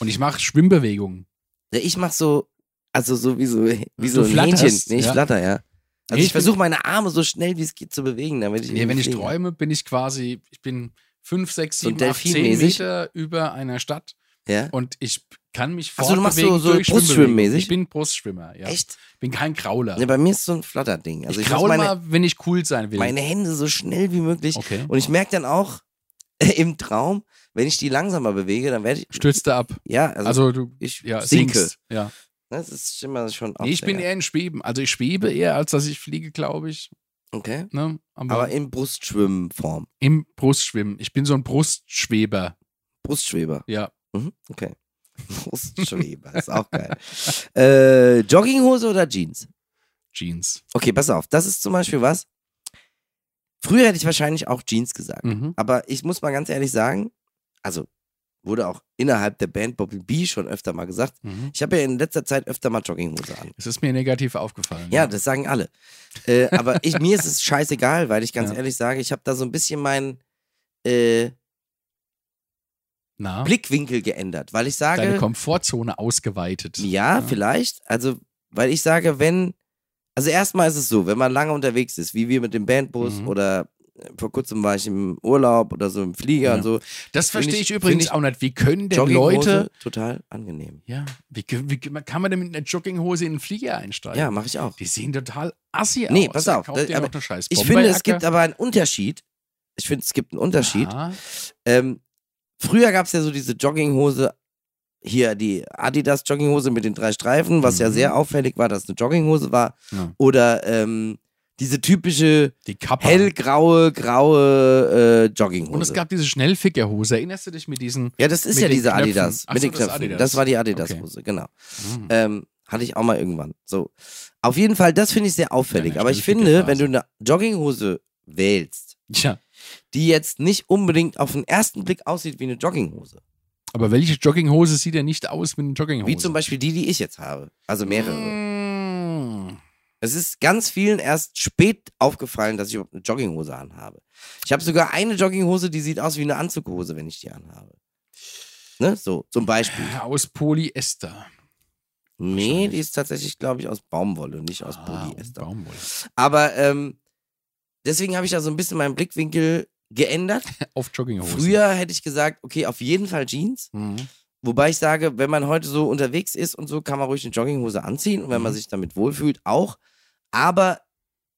Und ich mache Schwimmbewegungen.
Ja, ich mach so, also so wie so, wie
Du
so ein
flatterst,
Hähnchen. Nee, ich
ja.
flatter, ja. Also
Nee,
ich,
ich bin-
versuche meine Arme so schnell wie es geht zu bewegen, damit ich.
Nee, wenn ich
irgendwie fliege.
träume, bin ich quasi, ich bin 5, 6,
So
7, 8, 10
delfinmäßig?
Meter über einer Stadt
Ja?
und ich kann mich
Ach so, du machst
fortbewegen
so- so
durch Schwimmbewegung.
Brustschwimmmäßig?
Ich bin Brustschwimmer, ja.
Echt?
Bin kein Krauler.
Ja, bei mir ist so ein Flatterding. Also
ich
ich,
kraul
muss meine,
mal, wenn ich cool sein will.
meine Hände so schnell wie möglich.
okay.
Und ich merke dann auch im Traum, wenn ich die langsamer bewege, dann werde ich.
Stürzt da ab.
Ja, also,
Also, du
ich
ja,
sinke. Ne,
sinkst. Ja.
Das ist immer schon
Nee, ich bin
Aufreger.
eher in Schweben. Also ich schwebe eher, als dass ich fliege, glaube ich.
Okay.
Ne? Aber,
Aber in Brustschwimmform.
im Brustschwimmen. Ich bin so ein Brustschweber.
Brustschweber.
Ja.
Mhm. Okay. Brustschweber, ist auch geil. Äh, Jogginghose oder Jeans?
Jeans.
Okay, pass auf. Das ist zum Beispiel was. Früher hätte ich wahrscheinlich auch Jeans gesagt.
Mhm.
Aber ich muss mal ganz ehrlich sagen, also wurde auch innerhalb der Band Bobby B schon öfter mal gesagt,
Mhm.
ich habe ja in letzter Zeit öfter mal Jogginghose an.
Es ist mir negativ aufgefallen.
Ja, das sagen alle. Äh, aber ich, mir ist es scheißegal, weil ich ganz
Ja.
ehrlich sage, ich habe da so ein bisschen meinen äh,
Na,
Blickwinkel geändert, weil ich
deine
sage,
Komfortzone ausgeweitet.
ja,
Ja.
vielleicht, also weil ich sage, wenn, also erstmal ist es so, wenn man lange unterwegs ist, wie wir mit dem Bandbus
Mhm.
oder äh, vor kurzem war ich im Urlaub oder so im Flieger
Ja.
und so,
Das
Find
verstehe
ich-
ich,
find
übrigens
ich-
auch nicht. Wie können denn
Jogginghose,
Leute.
total angenehm.
Ja, wie, wie kann man denn mit einer Jogginghose in einen Flieger einsteigen?
Ja, mache ich auch.
Die sehen total assi aus.
Nee, pass
Da
auf,
kauft
das-
ihr
aber
noch eine scheiß
Ich finde, es
Bomberjacke.
gibt aber einen Unterschied. Ich finde, es gibt einen Unterschied.
Ja,
Ähm, früher gab es ja so diese Jogginghose, hier die Adidas-Jogginghose mit den drei Streifen, was ja
Mhm.
sehr auffällig war, dass es eine Jogginghose war.
Ja.
Oder ähm, diese typische
die Kappe.
hellgraue, graue äh,
Und es
Jogginghose.
gab diese Schnellfickerhose. Erinnerst du dich mit diesen?
Ja, das ist
mit
ja
den
diese
Knöpfen.
Adidas.
Ach
mit
so,
den
das ist
Knöpfen.
Adidas.
Das war die Adidas-Hose, genau.
Hm.
Ähm, hatte ich auch mal irgendwann. So. Auf jeden Fall, das finde ich sehr auffällig.
Kleiner
Aber ich
Schnellficker
finde,
quasi.
wenn du eine Jogginghose wählst,
Tja,
die jetzt nicht unbedingt auf den ersten Blick aussieht wie eine Jogginghose.
aber welche Jogginghose sieht ja nicht aus mit einer Jogginghose?
Wie zum Beispiel die, die ich jetzt habe. Also mehrere.
Mm.
Es ist ganz vielen erst spät aufgefallen, dass ich überhaupt eine Jogginghose anhabe. Ich habe sogar eine Jogginghose, die sieht aus wie eine Anzughose, wenn ich die anhabe. Ne? So, zum Beispiel.
Aus Polyester.
Nee, die ist tatsächlich, glaube ich, aus Baumwolle und nicht aus
Ah,
Polyester.
Baumwolle.
Aber ähm, deswegen habe ich da so ein bisschen meinen Blickwinkel geändert.
Auf Jogginghose.
Früher hätte ich gesagt, okay, auf jeden Fall Jeans.
Mhm.
Wobei ich sage, wenn man heute so unterwegs ist und so, kann man ruhig eine Jogginghose anziehen und wenn man
Mhm.
sich damit wohlfühlt, auch. Aber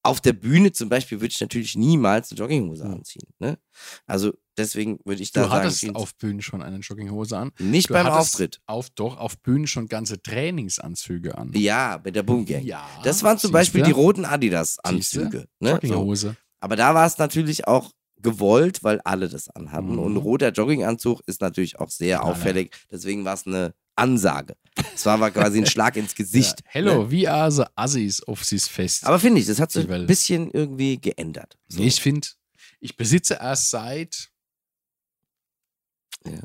auf der Bühne zum Beispiel würde ich natürlich niemals eine Jogginghose
Mhm.
anziehen. Ne? Also deswegen würde ich da
Du
sagen,
hattest
Jeans-
auf Bühnen schon eine Jogginghose an.
nicht
Du
beim
hattest
Auftritt.
Auf, doch, auf Bühnen schon ganze Trainingsanzüge an.
Ja, mit der Boomgang.
Ja.
Das waren zum
siehste?
Beispiel die roten Adidas-Anzüge.
Siehste?
Ne? So.
Jogginghose.
Aber da war es natürlich auch gewollt, weil alle das anhatten.
Mhm.
Und ein roter Jogginganzug ist natürlich auch sehr
Knaller.
auffällig. Deswegen war es eine Ansage. Es war aber quasi ein Schlag ins Gesicht. ne?
Ja. Hello, wie also Assis auf sie's Fest?
Aber finde ich, das hat sich
Die Welt.
ein bisschen irgendwie geändert. So.
Nee, Ich finde, ich besitze erst seit
Ja.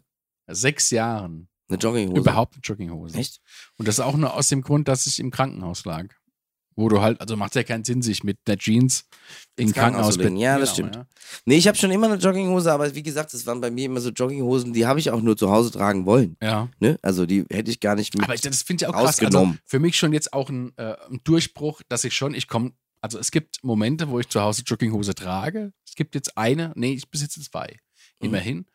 sechs Jahren
eine Jogginghose.
überhaupt eine Jogginghose.
Echt?
Und das auch nur aus dem Grund, dass ich im Krankenhaus lag. Wo du halt, also macht ja keinen Sinn, sich mit einer Jeans im
Ins Krankenhaus
Krankenhaus Genau,
zu legen. Ja, das stimmt. Nee, ich habe schon immer eine Jogginghose, aber wie gesagt, es waren bei mir immer so Jogginghosen, die habe ich auch nur zu Hause tragen wollen.
Ja. ja.
Ne? Also die hätte ich gar nicht mit.
Aber ich, das finde ich auch krass. Also
Rausgenommen.
für mich schon jetzt auch ein, äh, ein Durchbruch, dass ich schon, ich komme, also es gibt Momente, wo ich zu Hause Jogginghose trage. Es gibt jetzt eine, nee, ich besitze zwei.
Mhm.
Immerhin.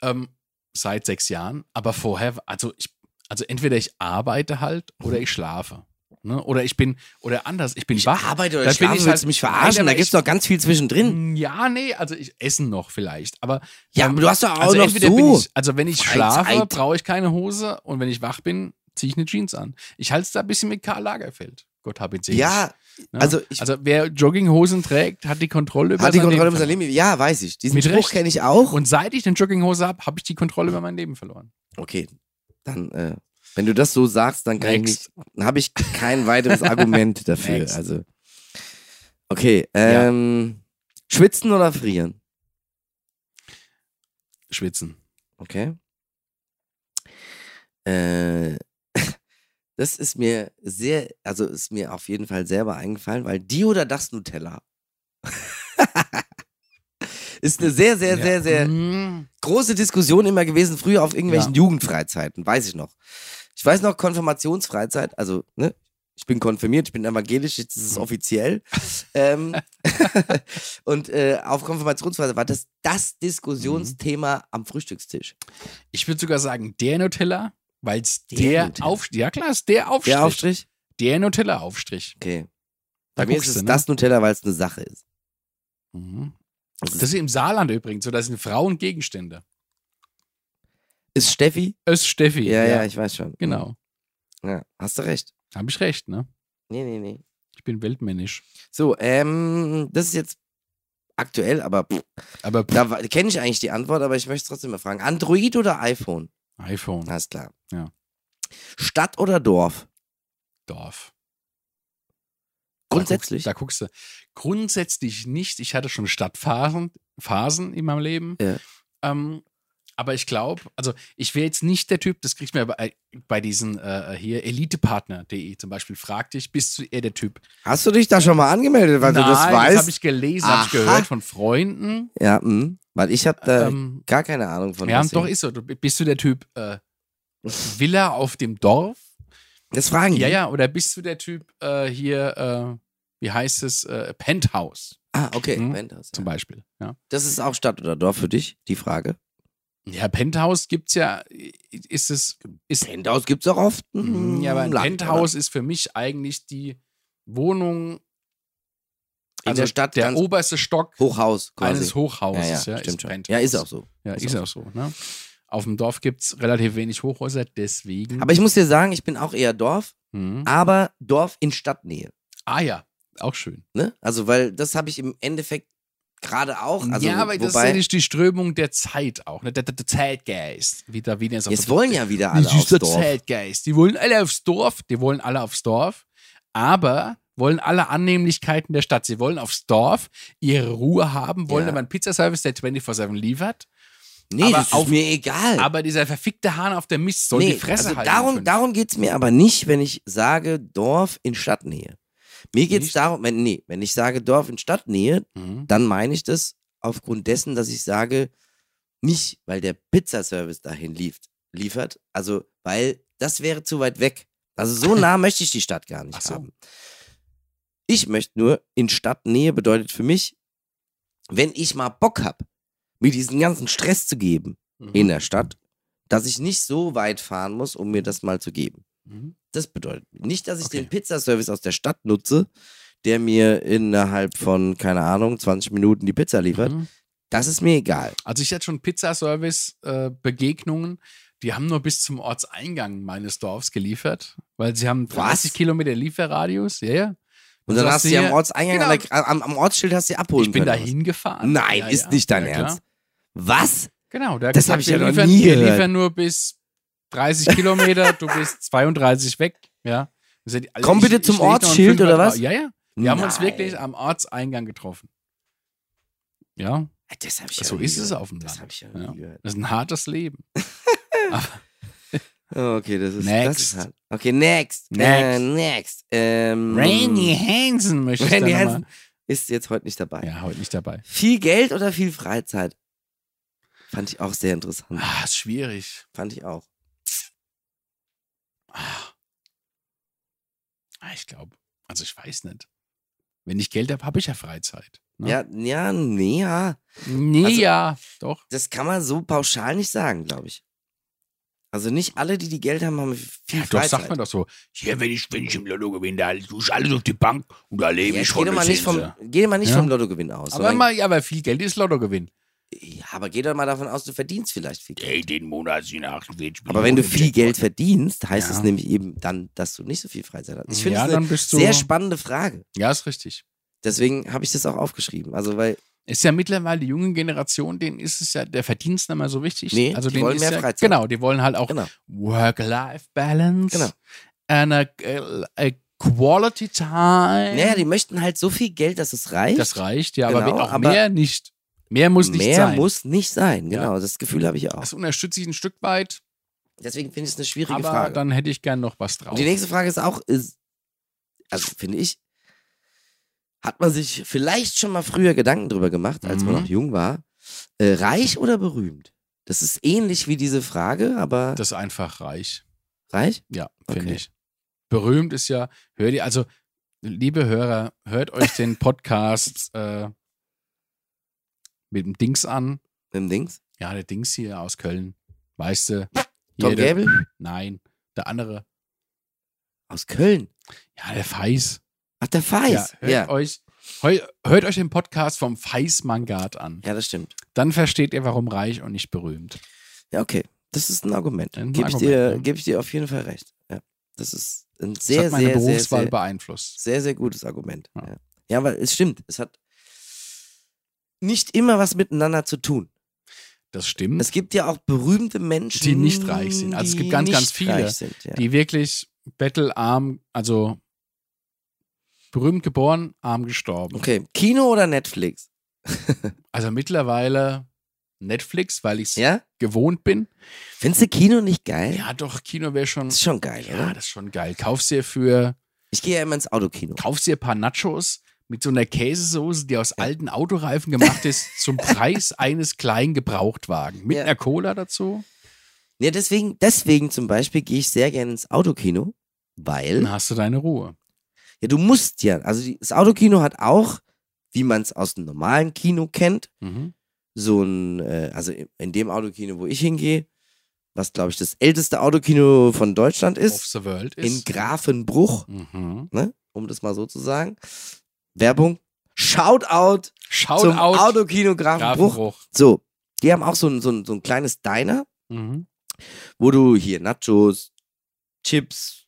Ähm, seit sechs Jahren. Aber vorher, also ich, also entweder ich arbeite halt oder ich schlafe. Ne? Oder ich bin, oder anders, ich bin
Mhm. ich
wach.
arbeite
Da
oder
bin
schlafen,
ich
willst
halt-
du mich verarschen?
Nein,
da
aber
gibt's
ich-
noch ganz viel zwischendrin.
Ja, nee, also ich essen noch vielleicht. Aber
Ja, aber du hast doch auch
also
noch
entweder bin
so.
ich, also wenn ich
Freizeit.
schlafe, brauche ich keine Hose und wenn ich wach bin, ziehe ich eine Jeans an. Ich halte es da ein bisschen mit Karl Lagerfeld. Gott hab ihn selig.
ja,
Ne?
also ich-
also wer Jogginghosen trägt, hat die Kontrolle über
hat die
sein
Kontrolle über
Leben
sein Leben. Ja, weiß ich. Diesen
Mit
Spruch
Recht.
kenne ich auch.
Und seit ich eine Jogginghose habe, habe ich die Kontrolle über mein Leben verloren.
okay, dann, äh, wenn du das so sagst, dann kann ich
Next.
nicht- dann habe ich kein weiteres Argument dafür.
Next.
Also. Okay, ähm, schwitzen oder frieren?
Schwitzen.
Okay. Äh, das ist mir sehr, also ist mir auf jeden Fall selber eingefallen, weil die oder das Nutella ist eine sehr, sehr, sehr, sehr
Mm.
große Diskussion immer gewesen, früher auf irgendwelchen Jugendfreizeiten, weiß ich noch. Ich weiß noch, Konfirmationsfreizeit, also ne, Ich bin konfirmiert, ich bin evangelisch, jetzt ist es offiziell. ähm, und äh, auf Konfirmationsphase war das das Diskussionsthema am Frühstückstisch.
Ich würde sogar sagen, der Nutella, weil es
Der
der,
Nutella.
Aufstrich. Ja, klar, ist der Aufstrich.
Der
Der,
Aufstrich?
Nutella-Aufstrich.
Okay.
Da
Bei mir ist
guckst
es
du, ne?
das Nutella, weil es eine Sache ist.
Mhm.
Das
Das
ist,
ist im Saarland übrigens so, da sind Frauen Gegenstände.
ist Steffi?
Ös Steffi.
Ja, ja, ich weiß schon.
Genau.
Ja, hast du recht.
Habe ich recht, ne?
Nee, nee, nee.
Ich bin weltmännisch.
So, ähm, das ist jetzt aktuell, aber pff,
Aber pff,
da kenne ich eigentlich die Antwort, aber ich möchte es trotzdem mal fragen. Android oder iPhone?
iPhone,
Alles klar.
Ja.
Stadt oder Dorf?
Dorf.
Grundsätzlich.
Da guckst, da guckst du. Grundsätzlich nicht. Ich hatte schon Stadtphasen Phasen in meinem Leben.
Ja.
Ähm, aber ich glaube, also ich wäre jetzt nicht der Typ, das kriegt mir bei, bei diesen äh, hier elitepartner.de zum Beispiel, fragt dich, bist du eher der Typ?
Hast du dich da schon mal angemeldet, weil du das weißt?
habe ich gelesen, habe ich
Aha.
gehört von Freunden.
ja, mh. weil ich habe da
ähm,
gar keine Ahnung von.
ja,
was
doch
ich-
ist so. Du, bist du der Typ äh, Villa auf dem Dorf?
das fragen die.
Ja, ja, oder bist du der Typ äh, hier, äh, wie heißt es, äh, Penthouse
Ah, okay.
Mhm.
Penthouse,
zum
ja.
Beispiel? Ja.
Das ist auch Stadt oder Dorf für dich, die Frage.
Ja, Penthouse gibt's ja, ist es, ist,
Penthouse gibt's auch oft.
Mhm,
mm,
ja, aber ein
Land,
Penthouse ist für mich eigentlich die Wohnung
In
also
der Stadt
der
ganz-
oberste Stock
oder? Hochhaus quasi.
eines
ja,
Hochhauses.
ja, stimmt
ist
schon.
Penthouse.
Ja, ist auch so.
Ja, ist,
Ist auch
auch so. Ne? Auf dem Dorf gibt's relativ wenig Hochhäuser, deswegen.
Aber ich muss dir sagen, ich bin auch eher Dorf,
Mhm.
aber Dorf in Stadtnähe.
Ah ja, auch schön.
Ne? Also, weil das habe ich im Endeffekt gerade auch. Also,
ja, aber
wobei,
das ist ja nicht die Strömung der Zeit auch, ne? der, der, der Zeitgeist. Wie da, wie der so-
jetzt wollen ja wieder alle
Das
aufs
ist der
Dorf.
Zeitgeist. Die wollen alle aufs Dorf, die wollen alle aufs Dorf, aber wollen alle Annehmlichkeiten der Stadt. Sie wollen aufs Dorf ihre Ruhe haben, wollen
Ja.
aber einen Pizzaservice, der 24-7 liefert.
Nee,
Aber
das
auf-
ist mir egal.
Aber dieser verfickte Hahn auf der Mist soll
nee,
die Fresse
also
halten.
darum,
können.
darum geht es mir aber nicht, wenn ich sage Dorf in Stadtnähe. Mir geht es
Nicht?
darum, wenn, nee, wenn ich sage Dorf in Stadtnähe,
Mhm.
dann meine ich das aufgrund dessen, dass ich sage, nicht, weil der Pizzaservice dahin lief, liefert, also weil das wäre zu weit weg. Also so nah möchte ich die Stadt gar nicht
Ach so.
haben. Ich möchte nur, in Stadtnähe bedeutet für mich, wenn ich mal Bock habe, mir diesen ganzen Stress zu geben
Mhm.
in der Stadt, dass ich nicht so weit fahren muss, um mir das mal zu geben.
Mhm.
Das bedeutet nicht, dass ich
Okay.
den Pizzaservice aus der Stadt nutze, der mir innerhalb von, keine Ahnung, 20 Minuten die Pizza liefert.
Mhm.
Das ist mir egal.
Also ich hatte schon Pizzaservice-Begegnungen, die haben nur bis zum Ortseingang meines Dorfs geliefert, weil sie haben 30 Kilometer Lieferradius. Ja, ja.
Und dann
sagst
hast du ja am
hier,
Ortseingang,
Also genau.
an der, am, am Ortsschild hast du sie abholen
Ich bin da
können.
hingefahren.
Nein,
Ja,
ist
ja.
nicht dein
Ja, klar.
Ernst. Was?
Genau, da
Das
gesagt,
hab ich
wir
ja noch
liefern,
nie
Wir
gehört.
liefern nur bis 30 Kilometer, du bist 32 weg. Ja. Das ist ja die- Alter,
Komm bitte zum
leg noch einen
Ortsschild
Fünfer
oder
drauf.
was?
Ja, ja. Wir haben uns
Nein.
wirklich am Ortseingang getroffen. Ja,
Das hab ich ja
so
noch nie
ist es
gehört.
auf dem
Das
Land.
habe ich ja noch nie gehört.
Das ist ein hartes Leben.
Oh, Okay, das ist,
Next.
Das ist halt. Okay, next.
Next.
Äh, next. Ähm,
Randy Mm. Hansen möchte ich
Randy
da noch
Hansen. Ist jetzt heute nicht dabei.
Mal. Ja, heute nicht dabei.
Viel Geld oder viel Freizeit? Fand ich auch sehr interessant.
Ah, ist schwierig.
Fand ich auch.
Ah, ich glaube, also ich weiß nicht. Wenn ich Geld habe, habe ich ja Freizeit. Ne?
Ja, ja, nee, ja.
Nee,
Also-
ja, doch.
Das kann man so pauschal nicht sagen, glaube ich. Also nicht alle, die die Geld haben, haben viel
Ja, doch,
Freizeit.
sagt man doch so. Ja, wenn ich, wenn ich im Lotto gewinne, da tue ich alles auf die Bank und da
Ja,
lebe ich
jetzt
von
geh doch
der
mal nicht vom,
Zinse.
geh doch mal nicht
Ja.
vom Lottogewinn aus.
Aber,
sondern-
mal, ja, aber viel Geld ist Lottogewinn.
ja, aber geh doch mal davon aus, du verdienst vielleicht viel Geld.
Ey, den Monat sind 48
Aber wenn du
Millionen im
viel
Jackpot.
Geld verdienst, heißt
Ja.
es nämlich eben dann, dass du nicht so viel Freizeit hast. Ich finde
ja,
das eine
dann bist du,
sehr spannende Frage.
Ja, ist richtig.
Deswegen habe ich das auch aufgeschrieben. Also weil
Ist ja mittlerweile die junge Generation, denen ist es ja der Verdienst nicht mehr so wichtig.
Nee,
also
die
denen
wollen
ist
mehr
ja,
Freizeit.
Genau, die wollen halt auch
Genau.
Work-Life-Balance
Genau.
and a, a, a Quality Time.
naja, die möchten halt so viel Geld, dass es reicht.
Ähm. das reicht, ja, aber
Genau,
wenn auch
aber-
mehr nicht. Mehr muss nicht
Mehr
sein.
muss nicht sein. Genau, das Gefühl habe ich auch.
das unterstütze ich ein Stück weit.
Deswegen finde ich es eine schwierige
Aber
Frage.
dann hätte ich gern noch was drauf.
Und die nächste Frage ist auch, ist, also finde ich, hat man sich vielleicht schon mal früher Gedanken drüber gemacht, als
Mhm.
man noch jung war, äh, reich oder berühmt? Das ist ähnlich wie diese Frage, aber
Das ist einfach reich,
reich?
ja, finde
Okay.
ich. berühmt ist ja, hört ihr, also liebe Hörer, hört euch den Podcast äh, mit dem Dings an.
Mit dem Dings?
Ja, der Dings hier aus Köln. Weißt du?
Tom
hier der-
Gäbel?
Nein, der andere.
Aus Köln.
Ja, der Feis.
Ach, der
Ja,
Feis.
hört,
Ja, ja.
Euch, heu, hört euch den Podcast vom Feis Mangard an.
das stimmt.
Dann versteht ihr, warum reich und nicht berühmt.
Ja, okay. Das ist ein Argument.
Ein
Gebe ich,
Argument,
dir-
ja.
geb ich dir auf jeden Fall recht. Ja. Das ist ein
Das
sehr,
hat meine
sehr, sehr,
Berufswahl
sehr,
beeinflusst.
sehr, sehr gutes Argument.
Ja.
Ja. ja, weil es stimmt. Es hat nicht immer was miteinander zu tun.
Das stimmt.
Es gibt ja auch berühmte Menschen,
Hm. Die nicht reich sind. Also es
die
gibt ganz, ganz
nicht
viele,
reich sind, ja.
die wirklich bettelarm, also berühmt geboren, arm gestorben.
Okay, Kino oder Netflix?
Also mittlerweile Netflix, weil ich es
Ja?
gewohnt bin.
Findest du Kino nicht geil?
Ja, doch, Kino wäre schon.
Das ist schon geil,
Ja,
oder?
das ist schon geil. Kaufst dir für,
Ich gehe ja immer ins Autokino.
kaufst dir ein paar Nachos mit so einer Käsesoße, die aus alten Autoreifen gemacht ist, zum Preis eines kleinen Gebrauchtwagen. Mit
Ja.
einer Cola dazu.
Ja, deswegen, deswegen zum Beispiel gehe ich sehr gerne ins Autokino, weil
Dann hast du deine Ruhe.
ja, du musst ja, also die- das Autokino hat auch, wie man es aus dem normalen Kino kennt,
Mhm.
so ein, äh, also in- in dem Autokino, wo ich hingehe, was glaube ich das älteste Autokino von Deutschland
Off
ist,
the World
in
ist.
Grafenbruch,
mhm.
ne, um das mal so zu sagen. Werbung, Shoutout
Shout
zum
out
Autokino Grafenbruch. So, die haben auch so ein, so ein, so ein kleines Diner,
Mhm.
wo du hier Nachos, Chips,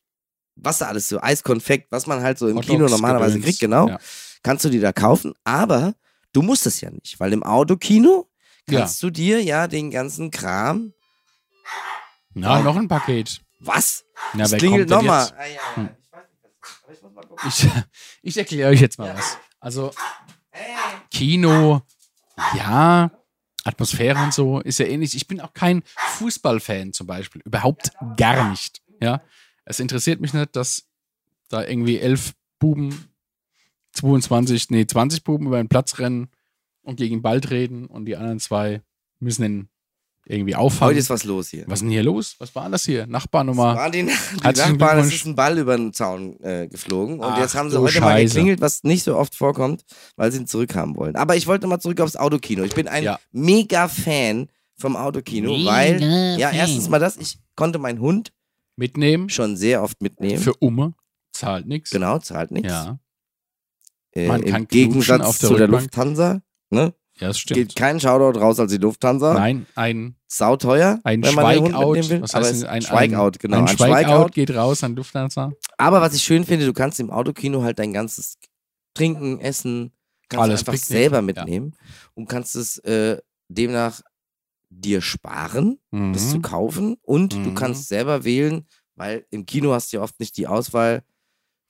was da alles so, Eiskonfekt, was man halt so im
Hot
Kino
Dogs,
normalerweise
Gedöns.
kriegt, genau,
Ja.
kannst du die da kaufen, aber du musst es ja nicht, weil im Autokino kannst du dir ja den ganzen Kram,
Na, noch ein Paket.
was?
Na,
das
wer
klingelt
kommt denn
nochmal.
jetzt?
Ah, ja,
Hm.
ja. Ich weiß nicht, was- aber ich muss mal gucken.
Ich, ich erkläre euch jetzt mal
Ja.
was. Also,
Hey.
Kino, ja, Atmosphäre und so ist ja ähnlich. Ich bin auch kein Fußballfan zum Beispiel. Überhaupt gar nicht. Ja, es interessiert mich nicht, dass da irgendwie elf Buben, 22, nee, 20 Buben über den Platz rennen und gegen den Ball treten und die anderen zwei müssen ihn irgendwie auffangen.
Heute ist was los hier.
was ist denn hier los? Was war denn das hier?
Es
Nachbarnummer.
waren die, die
Herzlichen
Nachbarn, es
Glückwunsch.
ist ein Ball über den Zaun äh, geflogen. Und
Ach,
jetzt haben sie
du
heute mal
Scheiße.
geklingelt, was nicht so oft vorkommt, weil sie ihn zurückhaben wollen. Aber ich wollte mal zurück aufs Autokino. Ich bin ein
Ja.
mega Fan vom Autokino, weil, ja, erstens mal das, ich konnte meinen Hund
Mitnehmen
schon sehr oft mitnehmen.
für Umme zahlt nichts.
genau, zahlt nichts.
Ja,
Äh,
Man
Im
kann knutschen
Gegensatz
auf der
zu der
Rückbank.
Lufthansa. Ne?
ja, das
Geht
stimmt.
kein Shoutout raus als die Lufthansa.
Nein, ein
Sauteuer,
Ein
wenn man den Hund
Schweigout.
mitnehmen will.
Was
Aber
heißt
es-
denn ein-
Schweigout, genau.
ein
Ein Schweigout.
Schweigout geht raus an Lufthansa.
Aber was ich schön finde, du kannst im Autokino halt dein ganzes Trinken, Essen, kannst
Alles
du einfach
Picknick,
selber mitnehmen und kannst es äh, demnach dir sparen, das zu kaufen und du
Mhm.
kannst selber wählen, weil im Kino hast du ja oft nicht die Auswahl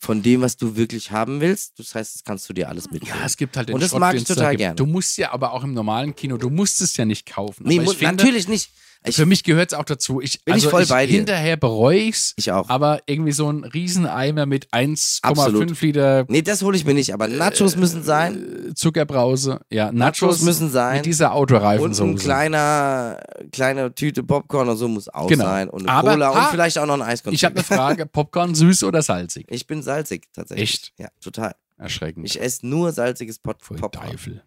von dem, was du wirklich haben willst. Das heißt, das kannst du dir alles mitnehmen.
Ja, es gibt halt den
Und das
Schrott,
mag ich
den's da
total
gibt.
gerne.
Du musst ja aber auch im normalen Kino, du musst es ja nicht kaufen.
nee,
aber
mu-
ich finde,
natürlich nicht. Ich,
für mich gehört es auch dazu. Ich,
Bin ich
also
voll bei dir.
Hinterher bereue ich's,
ich auch.
aber irgendwie so ein Rieseneimer mit
Absolut.
1,5 Liter
Nee, das hole ich mir nicht, aber Nachos müssen sein.
äh, Zuckerbrause. Ja, Nachos,
Nachos müssen sein.
mit dieser Autoreifen
Und
so.
ein kleiner, kleine Tüte Popcorn oder so muss auch
Genau.
sein. Und eine
Aber-
Cola
ah,
und vielleicht auch noch ein Eiskonfekt.
Ich ne habe eine Frage, Popcorn süß oder salzig?
Ich bin salzig tatsächlich.
Echt?
Ja, total.
Erschreckend.
Ich esse nur salziges Pot
Voll
Popcorn.
Teufel.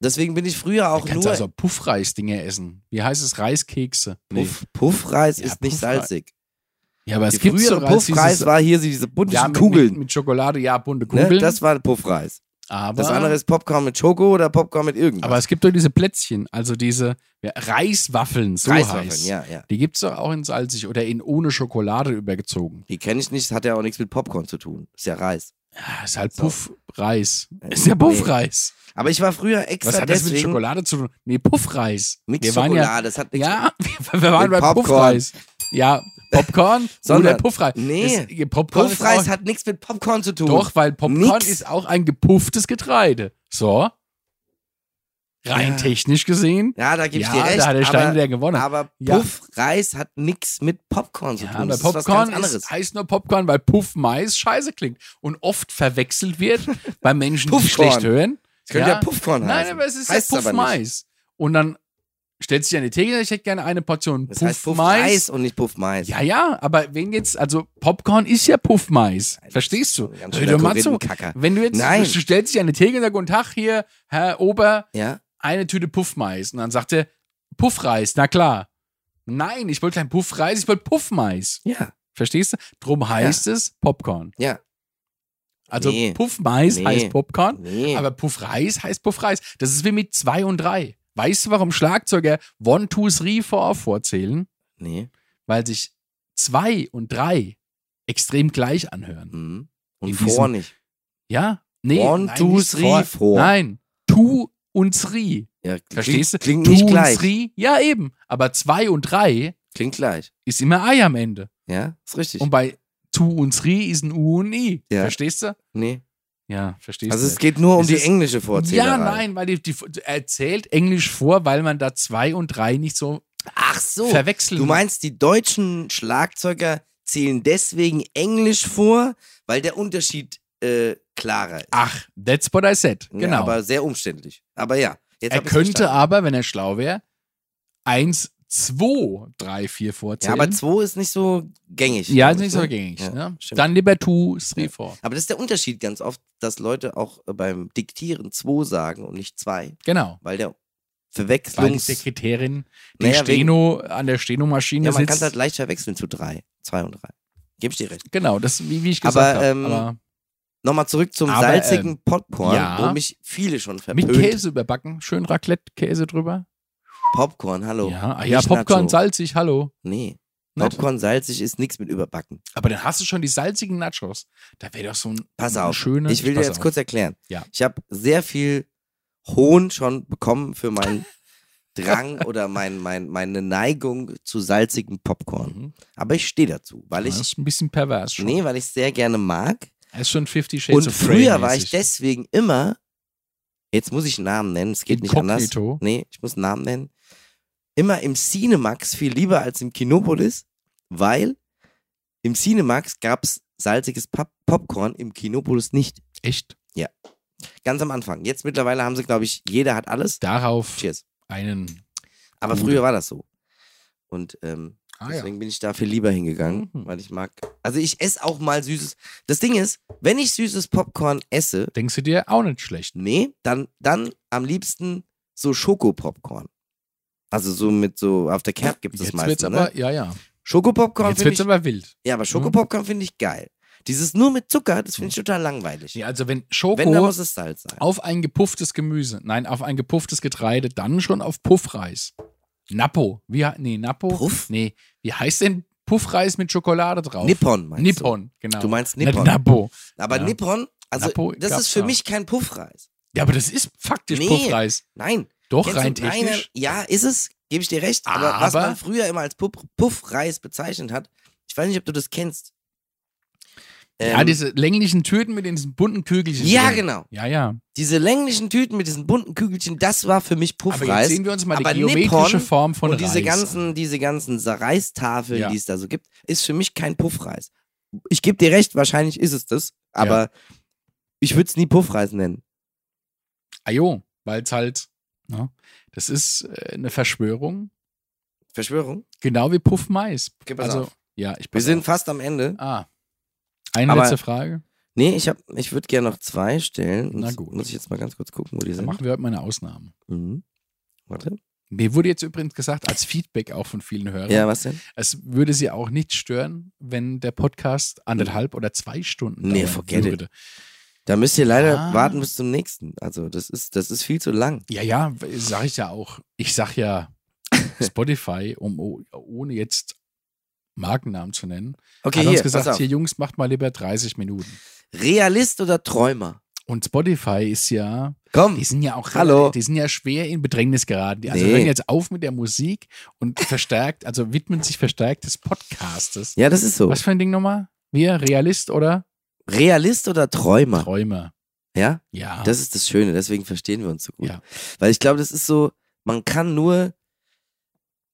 Deswegen bin ich früher
Da
auch
kannst
nur.
du also Puffreis-Dinger essen. Wie heißt es? Reiskekse.
Puff, Puffreis
Ja,
ist nicht
Puffrei-
salzig.
Ja, aber es
Die
gibt so
frühere Puffreis war hier diese bunten
ja, mit,
Kugeln.
Mit, mit Schokolade, ja, bunte Kugeln.
ne? Das war Puffreis.
aber,
Das andere ist Popcorn mit Schoko oder Popcorn mit irgendwas.
aber es gibt doch diese Plätzchen, also diese ja, Reiswaffeln, so
Reiswaffeln,
heißt
ja, ja.
Die gibt es doch auch in salzig oder in ohne Schokolade übergezogen.
Die kenne ich nicht, hat ja auch nichts mit Popcorn zu tun. Ist ja Reis.
Ja, ist halt
So.
Puffreis.
Äh,
Ist ja
nee.
Puffreis.
Aber ich war früher extra
Was hat das mit
deswegen
Schokolade zu tun? Nee, Puffreis.
mit
wir waren
Schokolade.
ja,
Das hat nichts
ja wir, wir waren
Mit
bei
Popcorn.
Puffreis. Ja, Popcorn oder
Sondern-
Puffreis.
Nee.
Das, Popcorn ist auch,
Puffreis hat nichts mit Popcorn zu tun.
Doch, weil Popcorn
Nix.
ist auch ein gepufftes Getreide. So. Rein
Ja.
technisch gesehen.
Ja, da gebe ich
ja,
dir recht.
da hat der Stein
aber
wieder gewonnen.
aber
Ja.
Puffreis hat nichts mit Popcorn zu
ja,
tun.
aber
das ist was ganz
Popcorn
anderes.
ist, heißt nur Popcorn, weil Puff Mais scheiße klingt und oft verwechselt wird bei Menschen, die
Puffcorn.
schlecht hören.
Es könnte ja, Puffcorn
Nein,
heißen.
aber es ist
Heißt's
ja
aber
Puff Mais. Und dann stellst dich an die Theke, sagst, ich hätte gerne eine Portion
Das heißt
Puffmais.
Puffreis und nicht Puffmais.
Ja, ja, aber wen jetzt, also Popcorn ist ja Puffmais.
das
Verstehst
ist
du?
ein ganz
Hey,
schöner
du Matzo,
Korinthenkacker.
Wenn du jetzt,
Nein.
du stellst dich an die Theke und sagst, guten Tag, hier, Herr Ober,
Ja.
eine Tüte Puffmais. Und dann sagt er, Puffreis, na klar. Nein, ich wollte kein Puffreis, ich wollte Puffmais.
Ja.
Verstehst du? Drum heißt es Popcorn.
Ja.
Also
Nee.
Puffmais
Nee.
heißt Popcorn,
Nee.
aber Puffreis heißt Puffreis. Das ist wie mit 2 und 3. Weißt du, warum Schlagzeuger 1, 2, 3, 4 vorzählen?
nee.
Weil sich 2 und 3 extrem gleich anhören.
Mhm. Und
In
vor
diesem-
nicht.
Ja? Nee.
One,
nein,
two,
nicht
three,
vor.
four.
Nein. Tu und three.
Ja, klingt-
Verstehst du?
Klingt
Tu
nicht
und
gleich.
three, ja eben. Aber zwei und drei
Klingt gleich.
ist immer Ei am Ende.
Ja, ist richtig.
Und bei tu und three ist ein U und I.
Ja.
Verstehst du?
nee.
Ja, verstehst
Also
du.
es geht nur um
Es
die
ist-
englische Vorzählerei.
ja, nein, weil die, die erzählt Englisch vor, weil man da zwei und drei nicht so
Ach so.
verwechseln
Du meinst, die deutschen Schlagzeuger zählen deswegen Englisch vor, weil der Unterschied äh, klarer ist.
Ach, that's what I said.
Ja,
Genau.
aber sehr umständlich. Aber ja. Jetzt
er
hab ich's
könnte
verstanden.
aber, wenn er schlau wäre, eins, zwei, drei, vier
Ja,
vorzählen.
aber 2 ist nicht so gängig. glaub
Ja, ist
ich,
nicht so
ne?
gängig.
Ja,
ne?
stimmt.
Dann lieber tu, three, four.
Aber das ist der Unterschied ganz oft, dass Leute auch äh, beim Diktieren 2 sagen und nicht 2,
Genau.
weil der
Weil die
Verwechslungs...
Sekretärin die
Naja, wegen-
Steno an der Stenomaschine
ja, man kann es
sitzt.
halt leicht verwechseln zu 3, 2 und 3. Gebe ich dir recht.
genau, das wie, wie ich
halt- Aber,
gesagt habe.
ähm, Nochmal zurück zum
Aber,
salzigen
ähm,
Popcorn,
ja.
wo mich viele schon
mit
verpönt.
Käse überbacken, schön Raclette-Käse drüber.
Popcorn, hallo.
Ja, ah, ja
Nicht
Popcorn
Nacho.
salzig, hallo.
Nee.
Nett.
Popcorn salzig ist nichts mit überbacken.
Aber dann hast du schon die salzigen Nachos. Da wäre doch so ein
Pass
ein
auf.
schöner.
ich will dir
Ne? Pass
jetzt
auf.
kurz erklären.
Ja.
Ich habe sehr viel Hohn schon bekommen für meinen Drang oder mein, mein, meine Neigung zu salzigem Popcorn.
Mhm.
Aber ich stehe dazu, weil
Das
ich,
ist ein bisschen pervers schon.
nee, weil ich sehr gerne mag.
Das ist schon 50 Shades
Und
of Grey.
früher war ich
mäßig.
deswegen immer, jetzt muss ich einen Namen nennen, es geht nicht anders.
Inkognito.
Nee, ich muss einen Namen nennen. Immer im Cinemax viel lieber als im Kinopolis, weil im Cinemax gab es salziges Pop Popcorn, im Kinopolis nicht.
Echt?
Ganz am Anfang. Jetzt mittlerweile haben sie, glaube ich, jeder hat alles.
Darauf
Cheers.
einen.
Aber
Gut.
früher war das so. Und ähm,
Ah, ja.
deswegen bin ich da viel lieber hingegangen,
Mhm.
weil ich mag. Also ich esse auch mal süßes. Das Ding ist, wenn ich süßes Popcorn esse,
Denkst du dir auch nicht schlecht?
nee, dann, dann am liebsten so Schokopopcorn. Also so mit so, auf der Kerb gibt es das
Jetzt
meistens.
wird's aber,
ne?
ja, ja.
Schokopopcorn
Jetzt wird's
finde ich.
aber Mhm. wild.
Ja, aber Schokopopcorn finde ich geil. Dieses nur mit Zucker, das finde ich total langweilig.
Mhm. Ja, also wenn Schoko
Wenn, dann muss es Salz sein.
auf ein gepufftes Gemüse, nein, auf ein gepufftes Getreide, dann schon auf Puffreis. Nappo. Wie, he- nee, Nappo.
Puff?
Nee, wie heißt denn Puffreis mit Schokolade drauf?
Nippon meinst du?
Nippon, genau.
Du meinst
Nicht
Nippon.
Nappo.
Aber
Ja.
Nippon, also
Nappo
das
gab's
ist für
auch.
mich kein Puffreis.
Ja, aber das ist faktisch
Nee.
Puffreis.
Nein.
Doch,
Kennst du-
rein
nein, nein,
technisch.
Ja, ist es, gebe ich dir recht. Aber, was
Aber-
man früher immer als Puff, Puffreis bezeichnet hat, ich weiß nicht, ob du das kennst.
ja,
Ähm,
diese länglichen Tüten mit diesen bunten Kügelchen.
ja,
drin.
genau.
Ja, ja.
Diese länglichen Tüten mit diesen bunten Kügelchen, das war für mich
Aber jetzt
Puffreis.
sehen wir uns mal
aber
die geometrische
Nippon
Form von
und diese
Reis
ganzen, diese ganzen Sa- Reistafeln,
Ja.
die es da so gibt, ist für mich kein Puffreis. Ich gebe dir recht, wahrscheinlich ist es das, aber ich würde es nie Puffreis nennen.
Ah jo, weil es halt, ne, das ist äh, eine Verschwörung,
Verschwörung?
genau wie Puffmais.
Okay, pass
Also,
auf.
ja, ich
Wir
pass
sind
auf.
fast am Ende.
Ah, eine
Aber-
letzte Frage.
Nee, ich, hab- ich würde gerne noch zwei stellen.
Na
Muss-
gut.
Muss ich jetzt mal ganz kurz gucken, wo die
Dann
sind.
machen wir heute mal eine Ausnahme.
Mhm. Warte.
Mir wurde jetzt übrigens gesagt, als Feedback auch von vielen Hörern,
Ja, was denn?
es würde sie auch nicht stören, wenn der Podcast anderthalb oder zwei Stunden
Nee,
dauern
forget it.
würde.
Da müsst ihr leider
Ah.
warten bis zum nächsten. Also, das ist, das ist viel zu lang.
Ja, ja, sag ich ja auch. Ich sag ja Spotify, um oh- ohne jetzt Markennamen zu nennen,
Okay,
hat
hier,
uns
pass
gesagt,
auf.
hier Jungs, macht mal lieber 30 Minuten.
Realist oder Träumer?
Und Spotify ist ja,
Komm.
die sind ja auch,
Hallo.
die sind ja schwer in Bedrängnis geraten. Die also
Nee.
hören jetzt auf mit der Musik und verstärkt, also widmen sich verstärkt des Podcastes.
Ja, das ist so.
Was für ein Ding nochmal? Wir, Realist oder
Realist oder Träumer?
Träumer?
Ja,
Ja.
das ist das Schöne. Deswegen verstehen wir uns so gut.
Ah. Ja.
Weil ich glaube, das ist so, man kann nur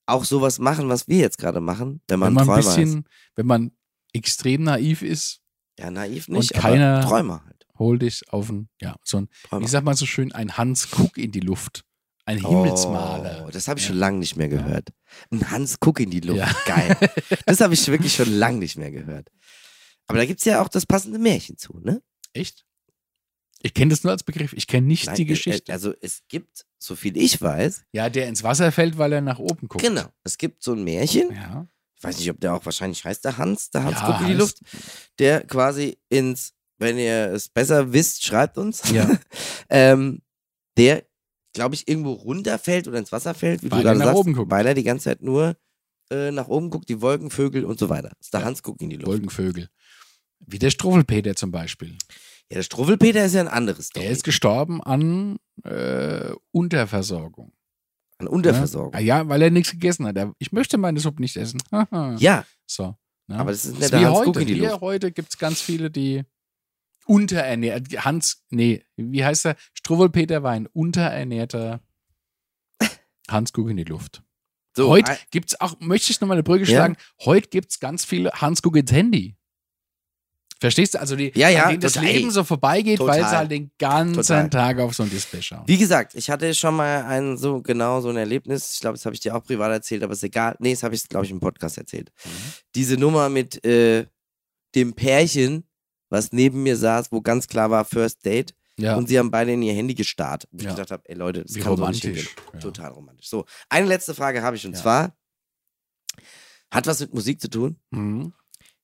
auch sowas machen, was wir jetzt gerade machen, wenn man,
wenn man ein
Träumer ist.
bisschen, wenn man extrem naiv ist,
Ja, naiv nicht,
Und keiner-
aber Träumer halt.
hol dich auf ein, ja, so ein,
Träumer.
ich sag mal so schön, ein Hans Kuck in die Luft. Ein Himmelsmaler.
Oh, das habe ich schon lange nicht mehr gehört. Ein Hans Kuck in die Luft. Geil. Das habe ich wirklich schon lange nicht mehr gehört. Aber da gibt es ja auch das passende Märchen zu, ne?
Echt? Ich kenne das nur als Begriff. Ich kenne nicht
Nein,
die
äh,
Geschichte.
äh, Also es gibt, so viel ich weiß,
ja, der ins Wasser fällt, weil er nach oben guckt.
genau, es gibt so ein Märchen,
Ja.
ich weiß nicht, ob der auch wahrscheinlich heißt, der Hans, der Hans
Ja,
guckt in die
Hans.
Luft, der quasi ins, wenn ihr es besser wisst, schreibt uns,
Ja.
ähm, der, glaube ich, irgendwo runterfällt oder ins Wasser fällt, wie du
Weil er
gerade
nach
sagst,
oben guckt.
weil er die ganze Zeit nur äh, nach oben guckt, die Wolken, Vögel und so weiter. Das ist der
Ja.
Hans guckt in die Luft.
Wolkenvögel. Wie der Struffelpeter zum Beispiel.
Ja, der Struffelpeter ist ja ein anderes
Der
Story.
ist gestorben an äh, Unterversorgung.
An
Ja,
Unterversorgung.
ja weil er nichts gegessen hat. Er- Ich möchte meine Suppe nicht essen. Haha.
Ja,
So. ne?
aber das ist
Das
nicht
ist
der
wie
Hans
heute.
guckt in die
Wie
Luft.
heute gibt es ganz viele, die unterernährt. Hans, nee, wie heißt er? Struwwelpeter war ein unterernährter Hans Guck in die Luft.
So,
heute
ein-
gibt es auch, möchte ich nochmal eine Brücke
Ja.
schlagen, heute gibt es ganz viele Hans Guck ins Handy. Verstehst du? Also die,
Ja, ja,
an denen das
total.
Leben so vorbeigeht, weil
Total.
sie halt den ganzen
Total.
Tag auf so ein Display schauen.
Wie gesagt, ich hatte schon mal ein so genau so ein Erlebnis. Ich glaube, das habe ich dir auch privat erzählt, aber ist egal. Nee, das habe ich, glaube ich, im Podcast erzählt.
Mhm.
Diese Nummer mit äh, dem Pärchen, was neben mir saß, wo ganz klar war First Date
Ja,
und sie haben beide in ihr Handy gestarrt. Und ich
Ja.
gedacht habe, ey Leute, das
wie
kann so nicht hingehen.
romantisch. Ja.
Total romantisch. So, eine letzte Frage habe ich und
Ja.
zwar hat was mit Musik zu tun?
Mhm.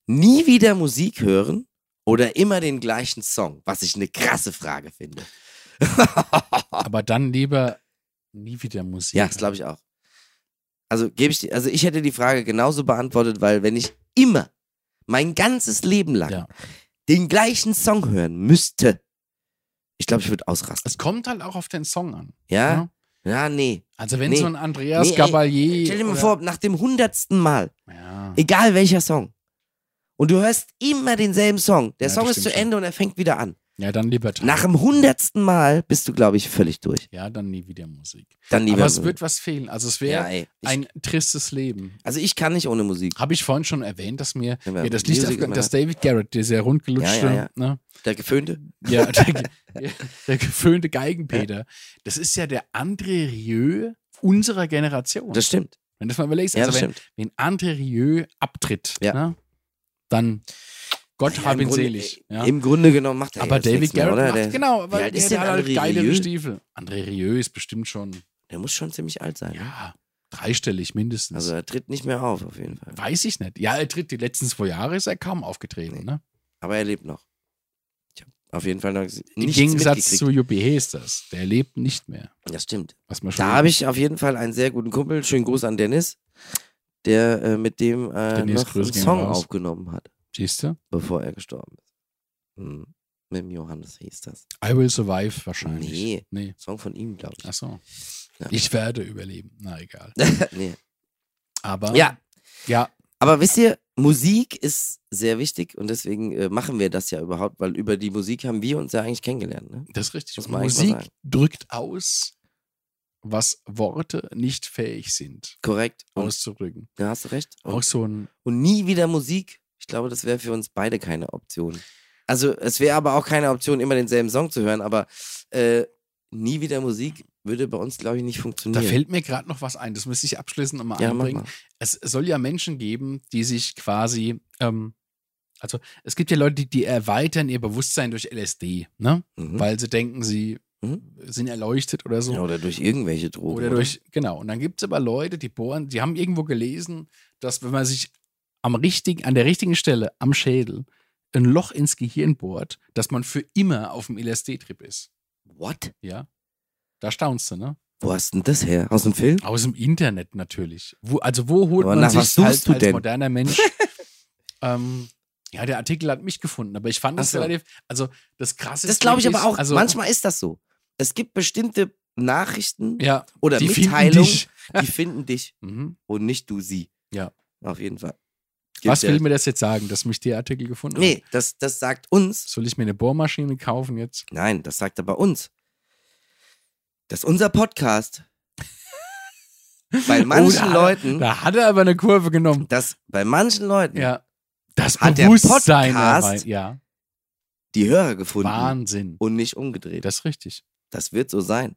Nie wieder Musik hören oder immer den gleichen Song, was ich eine krasse Frage finde.
Aber dann lieber nie wieder Musik.
Ja, das glaube ich auch. Also gebe ich die, also ich hätte die Frage genauso beantwortet, weil wenn ich immer mein ganzes Leben lang
Ja.
den gleichen Song hören müsste, ich glaube, ich würde ausrasten.
Es kommt halt auch auf den Song an. ne?
Ja? Ja, nee.
Also wenn
Nee.
so ein Andreas
Nee, ey,
Gabalier.
Stell dir mal
oder-
vor, nach dem hundertsten Mal,
Ja.
egal welcher Song, und du hörst immer denselben Song. Der
Ja,
Song
das
ist zu
stimmt schon.
Ende und er fängt wieder an.
ja, dann lieber Tanz.
Nach dem hundertsten Mal bist du, glaube ich, völlig durch.
Ja, dann nie wieder Musik.
Dann lieber.
Aber es
so.
wird was fehlen. Also es
ja,
wäre
ey. Ich,
ein tristes Leben.
also ich kann nicht ohne Musik.
Habe ich vorhin schon erwähnt, dass mir,
Ja,
mir das
Musik
Licht
ist
aufgegangen
immer-
dass David Garrett, der sehr rundgelutschte,
Ja, ja, ja.
Ne?
Der Geföhnte?
ja der, ge- der geföhnte Geigenpeter, das ist ja der André Rieu unserer Generation.
Das stimmt.
wenn du das mal überlegst,
Ja,
also
das
wenn,
stimmt.
wenn André Rieu abtritt,
Ja.
ne, dann Gott
Ja,
hab
im
ihn
Grunde- äh,
selig. Ja.
Im Grunde genommen macht er
Aber
jetzt
David
nichts mehr,
Garrett
oder?
macht,
Der,
genau, weil
alt
der,
ist
der
denn
hat halt
André
geilere
Rieu?
Stiefel. André Rieu ist bestimmt schon,
der muss schon ziemlich alt sein. ne?
ja, dreistellig mindestens.
Also er tritt nicht mehr auf, auf jeden Fall.
Weiß ich nicht. Ja, er tritt die letzten zwei Jahre, ist er kaum aufgetreten.
Nee.
Ne?
Aber er lebt noch. Ich habe auf jeden Fall noch nichts
Im Gegensatz
mitgekriegt.
zu Juppie ist das. Der lebt nicht mehr.
Das stimmt.
Was man schon
Da habe ich auf jeden Fall einen sehr guten Kumpel. Schönen Gruß an Dennis, der äh, mit dem äh,
Dennis,
noch
Grüße
einen
gehen
Song
raus.
aufgenommen hat,
Siehst du?
bevor er gestorben ist. Hm. Mit dem Johannes hieß das.
I will survive wahrscheinlich.
Nee.
nee.
Song von ihm, glaube ich.
Ach so.
Ja.
Ich werde überleben. Na egal.
nee.
Aber
Ja,
ja,
Aber wisst ihr, Musik ist sehr wichtig und deswegen äh, machen wir das ja überhaupt, weil über die Musik haben wir uns ja eigentlich kennengelernt. Ne?
das ist richtig.
Muss
Und
man eigentlich mal
Musik
sagen.
drückt aus, was Worte nicht fähig sind
Korrekt. Und
auszudrücken.
da hast du recht.
Auch
Und,
so ein
und nie wieder Musik. Ich glaube, das wäre für uns beide keine Option. Also es wäre aber auch keine Option, immer denselben Song zu hören, aber äh, nie wieder Musik würde bei uns, glaube ich, nicht
Da
funktionieren.
fällt mir gerade noch was ein, das müsste ich abschließend nochmal
ja, mach
anbringen.
mal.
Es soll ja Menschen geben, die sich quasi, ähm, also es gibt ja Leute, die, die erweitern ihr Bewusstsein durch LSD, ne?
Mhm.
Weil sie denken, sie
Mhm.
sind erleuchtet oder so.
ja, oder durch irgendwelche Drogen.
Oder durch, genau. Und dann gibt es aber Leute, die bohren, die haben irgendwo gelesen, dass wenn man sich am richtigen, an der richtigen Stelle, am Schädel, ein Loch ins Gehirn bohrt, dass man für immer auf dem LSD-Trip ist.
What?
Ja. Da staunst du, ne?
Wo hast denn das her? Aus dem Film?
Aus dem Internet natürlich. Wo, also wo holt
Aber
man
nach
sich
was suchst
halt
du
als
denn?
moderner Mensch? ähm, ja, der Artikel hat mich gefunden, aber ich fand
Ach
das
so.
relativ, also das krasse
Das
ist
glaube ich
wirklich,
aber auch.
also,
Manchmal ist das so. Es gibt bestimmte Nachrichten
ja,
oder
die finden
Mitteilungen,
dich.
die finden dich
Mhm.
und nicht du sie.
Ja.
Auf jeden Fall.
Was will
Gibt's ja-
mir das jetzt sagen, dass mich der Artikel gefunden hat?
Nee, das, das sagt uns.
Soll ich mir eine Bohrmaschine kaufen jetzt?
Nein, das sagt aber uns. Dass unser Podcast bei manchen
da-
Leuten,
Da hat er aber eine Kurve genommen.
dass bei manchen Leuten
Ja. Das
Hm. Hat der
Bewusstsein
Podcast
erweitert. Ja.
die Hörer gefunden
Wahnsinn.
und nicht umgedreht.
Das ist richtig.
Das wird so sein.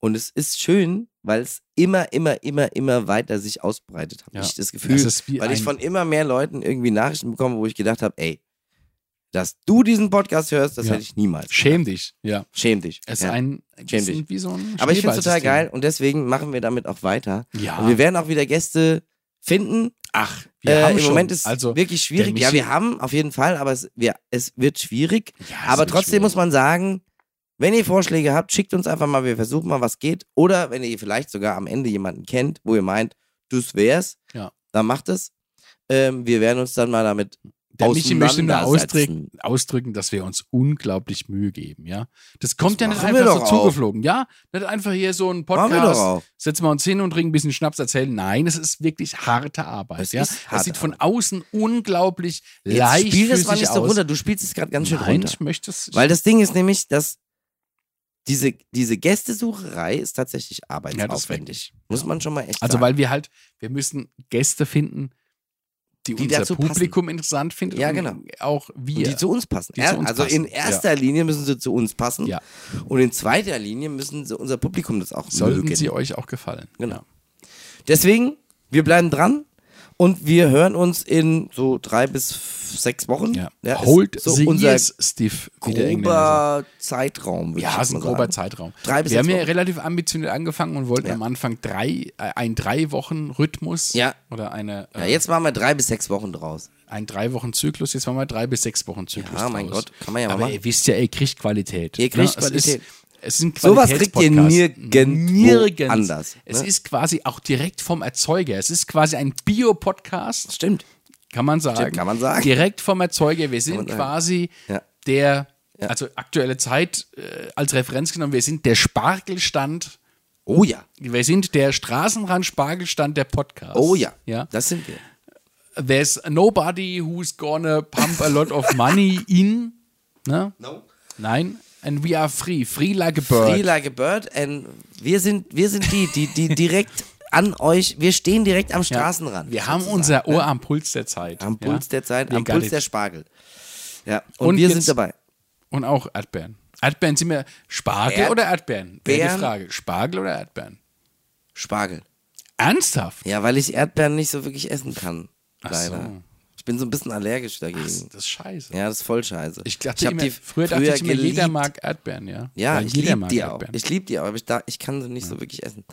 Und es ist schön, weil es immer, immer, immer, immer weiter sich ausbreitet, habe
Ja.
ich das Gefühl.
Das ist wie
weil
ein,
ich von immer mehr Leuten irgendwie Nachrichten bekomme, wo ich gedacht habe, ey, dass du diesen Podcast hörst, das
Ja.
hätte ich niemals.
Schäm dich. Ja.
Schäm dich.
Es ist
ja.
ein
Schäm
bisschen wie so ein
Aber ich finde es total
Schneeballsystem.
geil und deswegen machen wir damit auch weiter. Und
Ja.
wir werden auch wieder Gäste finden.
Ach,
äh, Im
schon-
Moment ist
also,
wirklich schwierig.
der
Ja,
Michi-
wir haben auf jeden Fall, aber es, wir, es wird schwierig.
ja, es
aber
wird
trotzdem
schwierig.
muss man sagen, wenn ihr Vorschläge habt, schickt uns einfach mal, wir versuchen mal, was geht. Oder wenn ihr vielleicht sogar am Ende jemanden kennt, wo ihr meint, das wär's,
Ja.
dann macht es. Ähm, wir werden uns dann mal damit
Der Michi möchte nur
auseinandersetzen.
ausdrücken, ausdrücken, dass wir uns unglaublich Mühe geben, ja. Das kommt
Das
ja nicht
machen wir
einfach so
doch auch.
zugeflogen, ja. Nicht einfach hier so ein
Machen wir doch
Podcast,
auch.
setzen wir uns hin und trinken ein bisschen Schnaps, erzählen. Nein, es ist wirklich harte Arbeit,
Es
ja.
ist harte
es sieht von außen unglaublich
Jetzt
leicht
spiel das mal
physisch
nicht so
aus.
runter. Du spielst es gerade ganz schön
Nein,
runter.
ich möchte es.
Weil das Ding ist nämlich, dass diese, diese Gästesucherei ist tatsächlich arbeitsaufwendig. Muss man schon mal echt
also,
sagen.
weil wir halt, wir müssen Gäste finden, die,
Die
unser
dazu passen.
Publikum interessant findet.
Ja,
und
genau.
Auch
Und
wir.
die zu uns passen.
Die zu uns
also in
passen,
erster Linie müssen sie zu uns passen.
Ja.
Und in zweiter Linie müssen sie unser Publikum das auch
Sollten
mögen.
sie euch auch gefallen.
Genau.
Ja.
Deswegen, wir bleiben dran und wir hören uns in so drei bis f- sechs Wochen.
Ja.
ist
Hold
so
the
unser
years, Steve. wie der Engländer sagt.
grober Zeitraum. würd ich
Ja,
jetzt
ist ein
mal
grober
sagen.
Zeitraum.
Drei bis
wir haben
sechs
ja
Wochen.
relativ ambitioniert angefangen und wollten
Ja.
am Anfang drei, äh, einen Drei-Wochen-Rhythmus
Ja.
oder eine,
Ja,
äh,
jetzt machen wir drei bis sechs Wochen draus.
einen Drei-Wochen-Zyklus. Jetzt machen wir drei bis sechs Wochen-Zyklus.
Ja, mein
draus.
Gott, kann man ja mal
Aber
machen.
ihr wisst ja, ihr kriegt Qualität. ne?
Ihr kriegt
es ist-
Qualität.
Es ist ein
Sowas kriegt ihr
Qualitätspodcast.
nirgendwo
Nirgends.
anders, ne?
Es ist quasi auch direkt vom Erzeuger. Es ist quasi ein Bio-Podcast,
Stimmt.
kann man sagen.
Stimmt, kann man sagen.
Direkt vom Erzeuger. Wir
man
sind
sagen.
quasi
Ja.
der, also aktuelle Zeit äh, als Referenz genommen, wir sind der Spargelstand,
Oh ja.
wir sind der Straßenrand-Spargelstand der Podcasts.
Oh ja.
ja.
Das sind wir.
There's nobody who's gonna pump a lot of money in. Ne?
No.
Nein. And we are free. Free like a bird.
Free like a bird. And wir sind, wir sind die, die, die direkt an euch, wir stehen direkt am Straßenrand.
wir haben
sozusagen. ne?
unser Ohr am Puls der Zeit.
Am Puls der Zeit,
Wir
am
gar
Puls
nicht.
der Spargel. Ja, und,
Und
wir
jetzt-
sind dabei.
Und auch Erdbeeren. Erdbeeren sind wir Spargel
Erd-
oder Erdbeeren? Wäre
Beeren.
die Frage. Spargel oder Erdbeeren?
Spargel.
Ernsthaft?
Ja, weil ich Erdbeeren nicht so wirklich essen kann.
Ach
leider.
so.
Ich bin so ein bisschen allergisch
Das,
dagegen.
das ist scheiße.
Ja, das ist voll scheiße.
Ich dachte
hab
immer,
die
früher dachte ich immer, jeder
geliebt.
mag Erdbeeren, ja.
Ja,
Weil
ich
jeder
liebe
mag
die auch.
Erdbeeren.
Ich liebe die auch, aber ich, da, ich kann sie nicht so wirklich essen.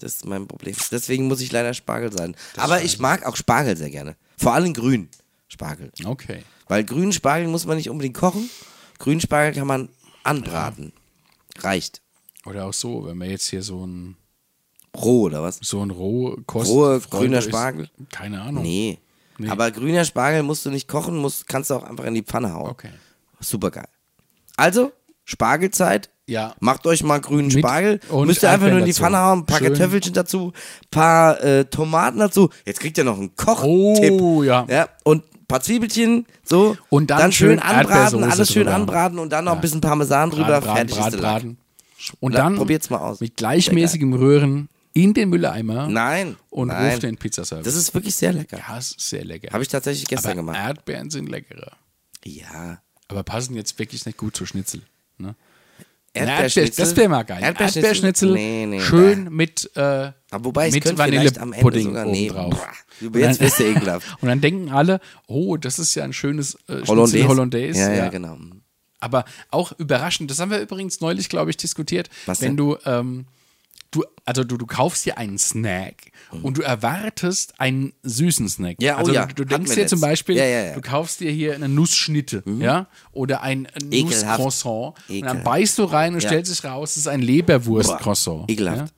Das ist mein Problem. Deswegen muss ich leider Spargel sein. aber ich mag auch Spargel sehr gerne. Vor allem grün Spargel.
okay.
Weil grünen Spargel muss man nicht unbedingt kochen. Grünen Spargel kann man anbraten. Reicht.
Oder auch so, wenn man jetzt hier so ein,
Roh oder was?
so ein Rohkost...
Rohe,
Freude
grüner
ist-
Spargel.
Keine Ahnung.
Nee. Aber grüner Spargel musst du nicht kochen, musst, kannst du auch einfach in die Pfanne hauen.
Okay.
Super geil. Also, Spargelzeit.
Ja.
Macht euch mal grünen
Mit-
Spargel.
und
Müsst ihr einfach nur in die
Erdbeeren dazu.
Pfanne hauen, ein paar
Schön.
Kartoffelchen dazu, ein paar äh, Tomaten dazu. Jetzt kriegt ihr noch einen Kochtipp.
Oh, ja.
Ja, und ein paar Zwiebelchen, so.
Und dann schön
anbraten,
Erdbeersoße
alles schön
drüber.
anbraten und dann noch ein bisschen Parmesan drüber.
Braten, braten,
fertig
braten,
ist der Lack.
braten. Und
La-
dann
probiert's mal aus.
mit gleichmäßigem Rühren in den Mülleimer
Nein.
und
nein.
ruft den Pizzaservice.
Das ist wirklich sehr lecker.
ja, ist sehr lecker.
Habe ich tatsächlich gestern
Aber
gemacht.
Erdbeeren sind leckerer.
Ja.
Aber passen jetzt wirklich nicht gut zu Schnitzel. Ne?
Erdbeerschnitzel.
Erdbeer- Das wäre mal geil.
Erdbeerschnitzel?
Erdbeerschnitzel,
Nee, nee,
schön mit, äh,
Aber wobei, es
mit
könnte vielleicht am Ende
Vanillepudding
sogar- nee,
obendrauf.
boah, jetzt wirst du ekelhaft.
Und dann denken alle, oh, das ist ja ein schönes äh, Schnitzel
Hollandaise.
Hollandaise.
Ja, ja,
ja.
genau.
Aber auch überraschend, das haben wir übrigens neulich, glaube ich, diskutiert.
Was
wenn
denn?
du, ähm, du, also du, du kaufst dir einen Snack und du erwartest einen süßen Snack.
Mhm. Ja, oh
also
ja,
du, du
hatten
denkst
wir
dir zum
letztens.
Beispiel,
Ja, ja, ja. Mhm.
du kaufst dir hier eine Nussschnitte, ja, oder ein
Ekelhaft.
Nusscroissant. Und dann
Ekelhaft.
beißt du rein und
Ja.
stellst dich raus, es ist ein Leberwurstcroissant.
Ekelhaft.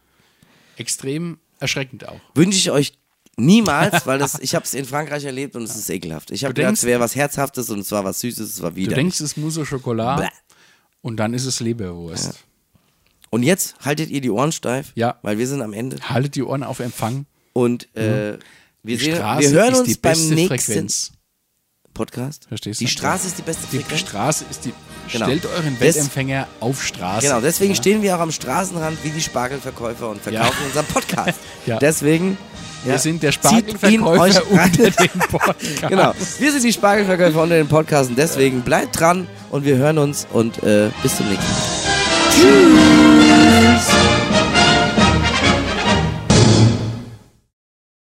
Extrem erschreckend auch.
Wünsche ich euch niemals, weil das, ich habe es in Frankreich erlebt und es ist ekelhaft. Ich habe
Du
gedacht,
denkst-
es wäre was Herzhaftes und es war was Süßes, es war
Du
wieder.
denkst, es muss so Schokolade
Bäh.
und dann ist es Leberwurst.
Und jetzt haltet ihr die Ohren steif,
Ja.
weil wir sind am Ende
Haltet die Ohren auf Empfang.
und äh, wir,
Mhm. Die
sehen,
Straße
wir hören
ist
uns
die
beim
beste
nächsten
Frequenz.
Podcast.
Verstehst
die
du?
Straße ist die beste
Die
Frequenz.
Straße ist die.
ne? Genau.
Stellt euren
Des-
Weltempfänger auf Straße.
Genau, deswegen
ja.
stehen wir auch am Straßenrand wie die Spargelverkäufer und verkaufen
Ja.
unseren Podcast.
Ja.
Deswegen.
Wir
ja,
sind der
zieht ihn euch
Spargelverkäufer
rein.
unter dem Podcast.
Genau, wir sind die Spargelverkäufer unter den Podcasten. Deswegen bleibt dran und wir hören uns und äh, bis zum nächsten Mal. Tschüss.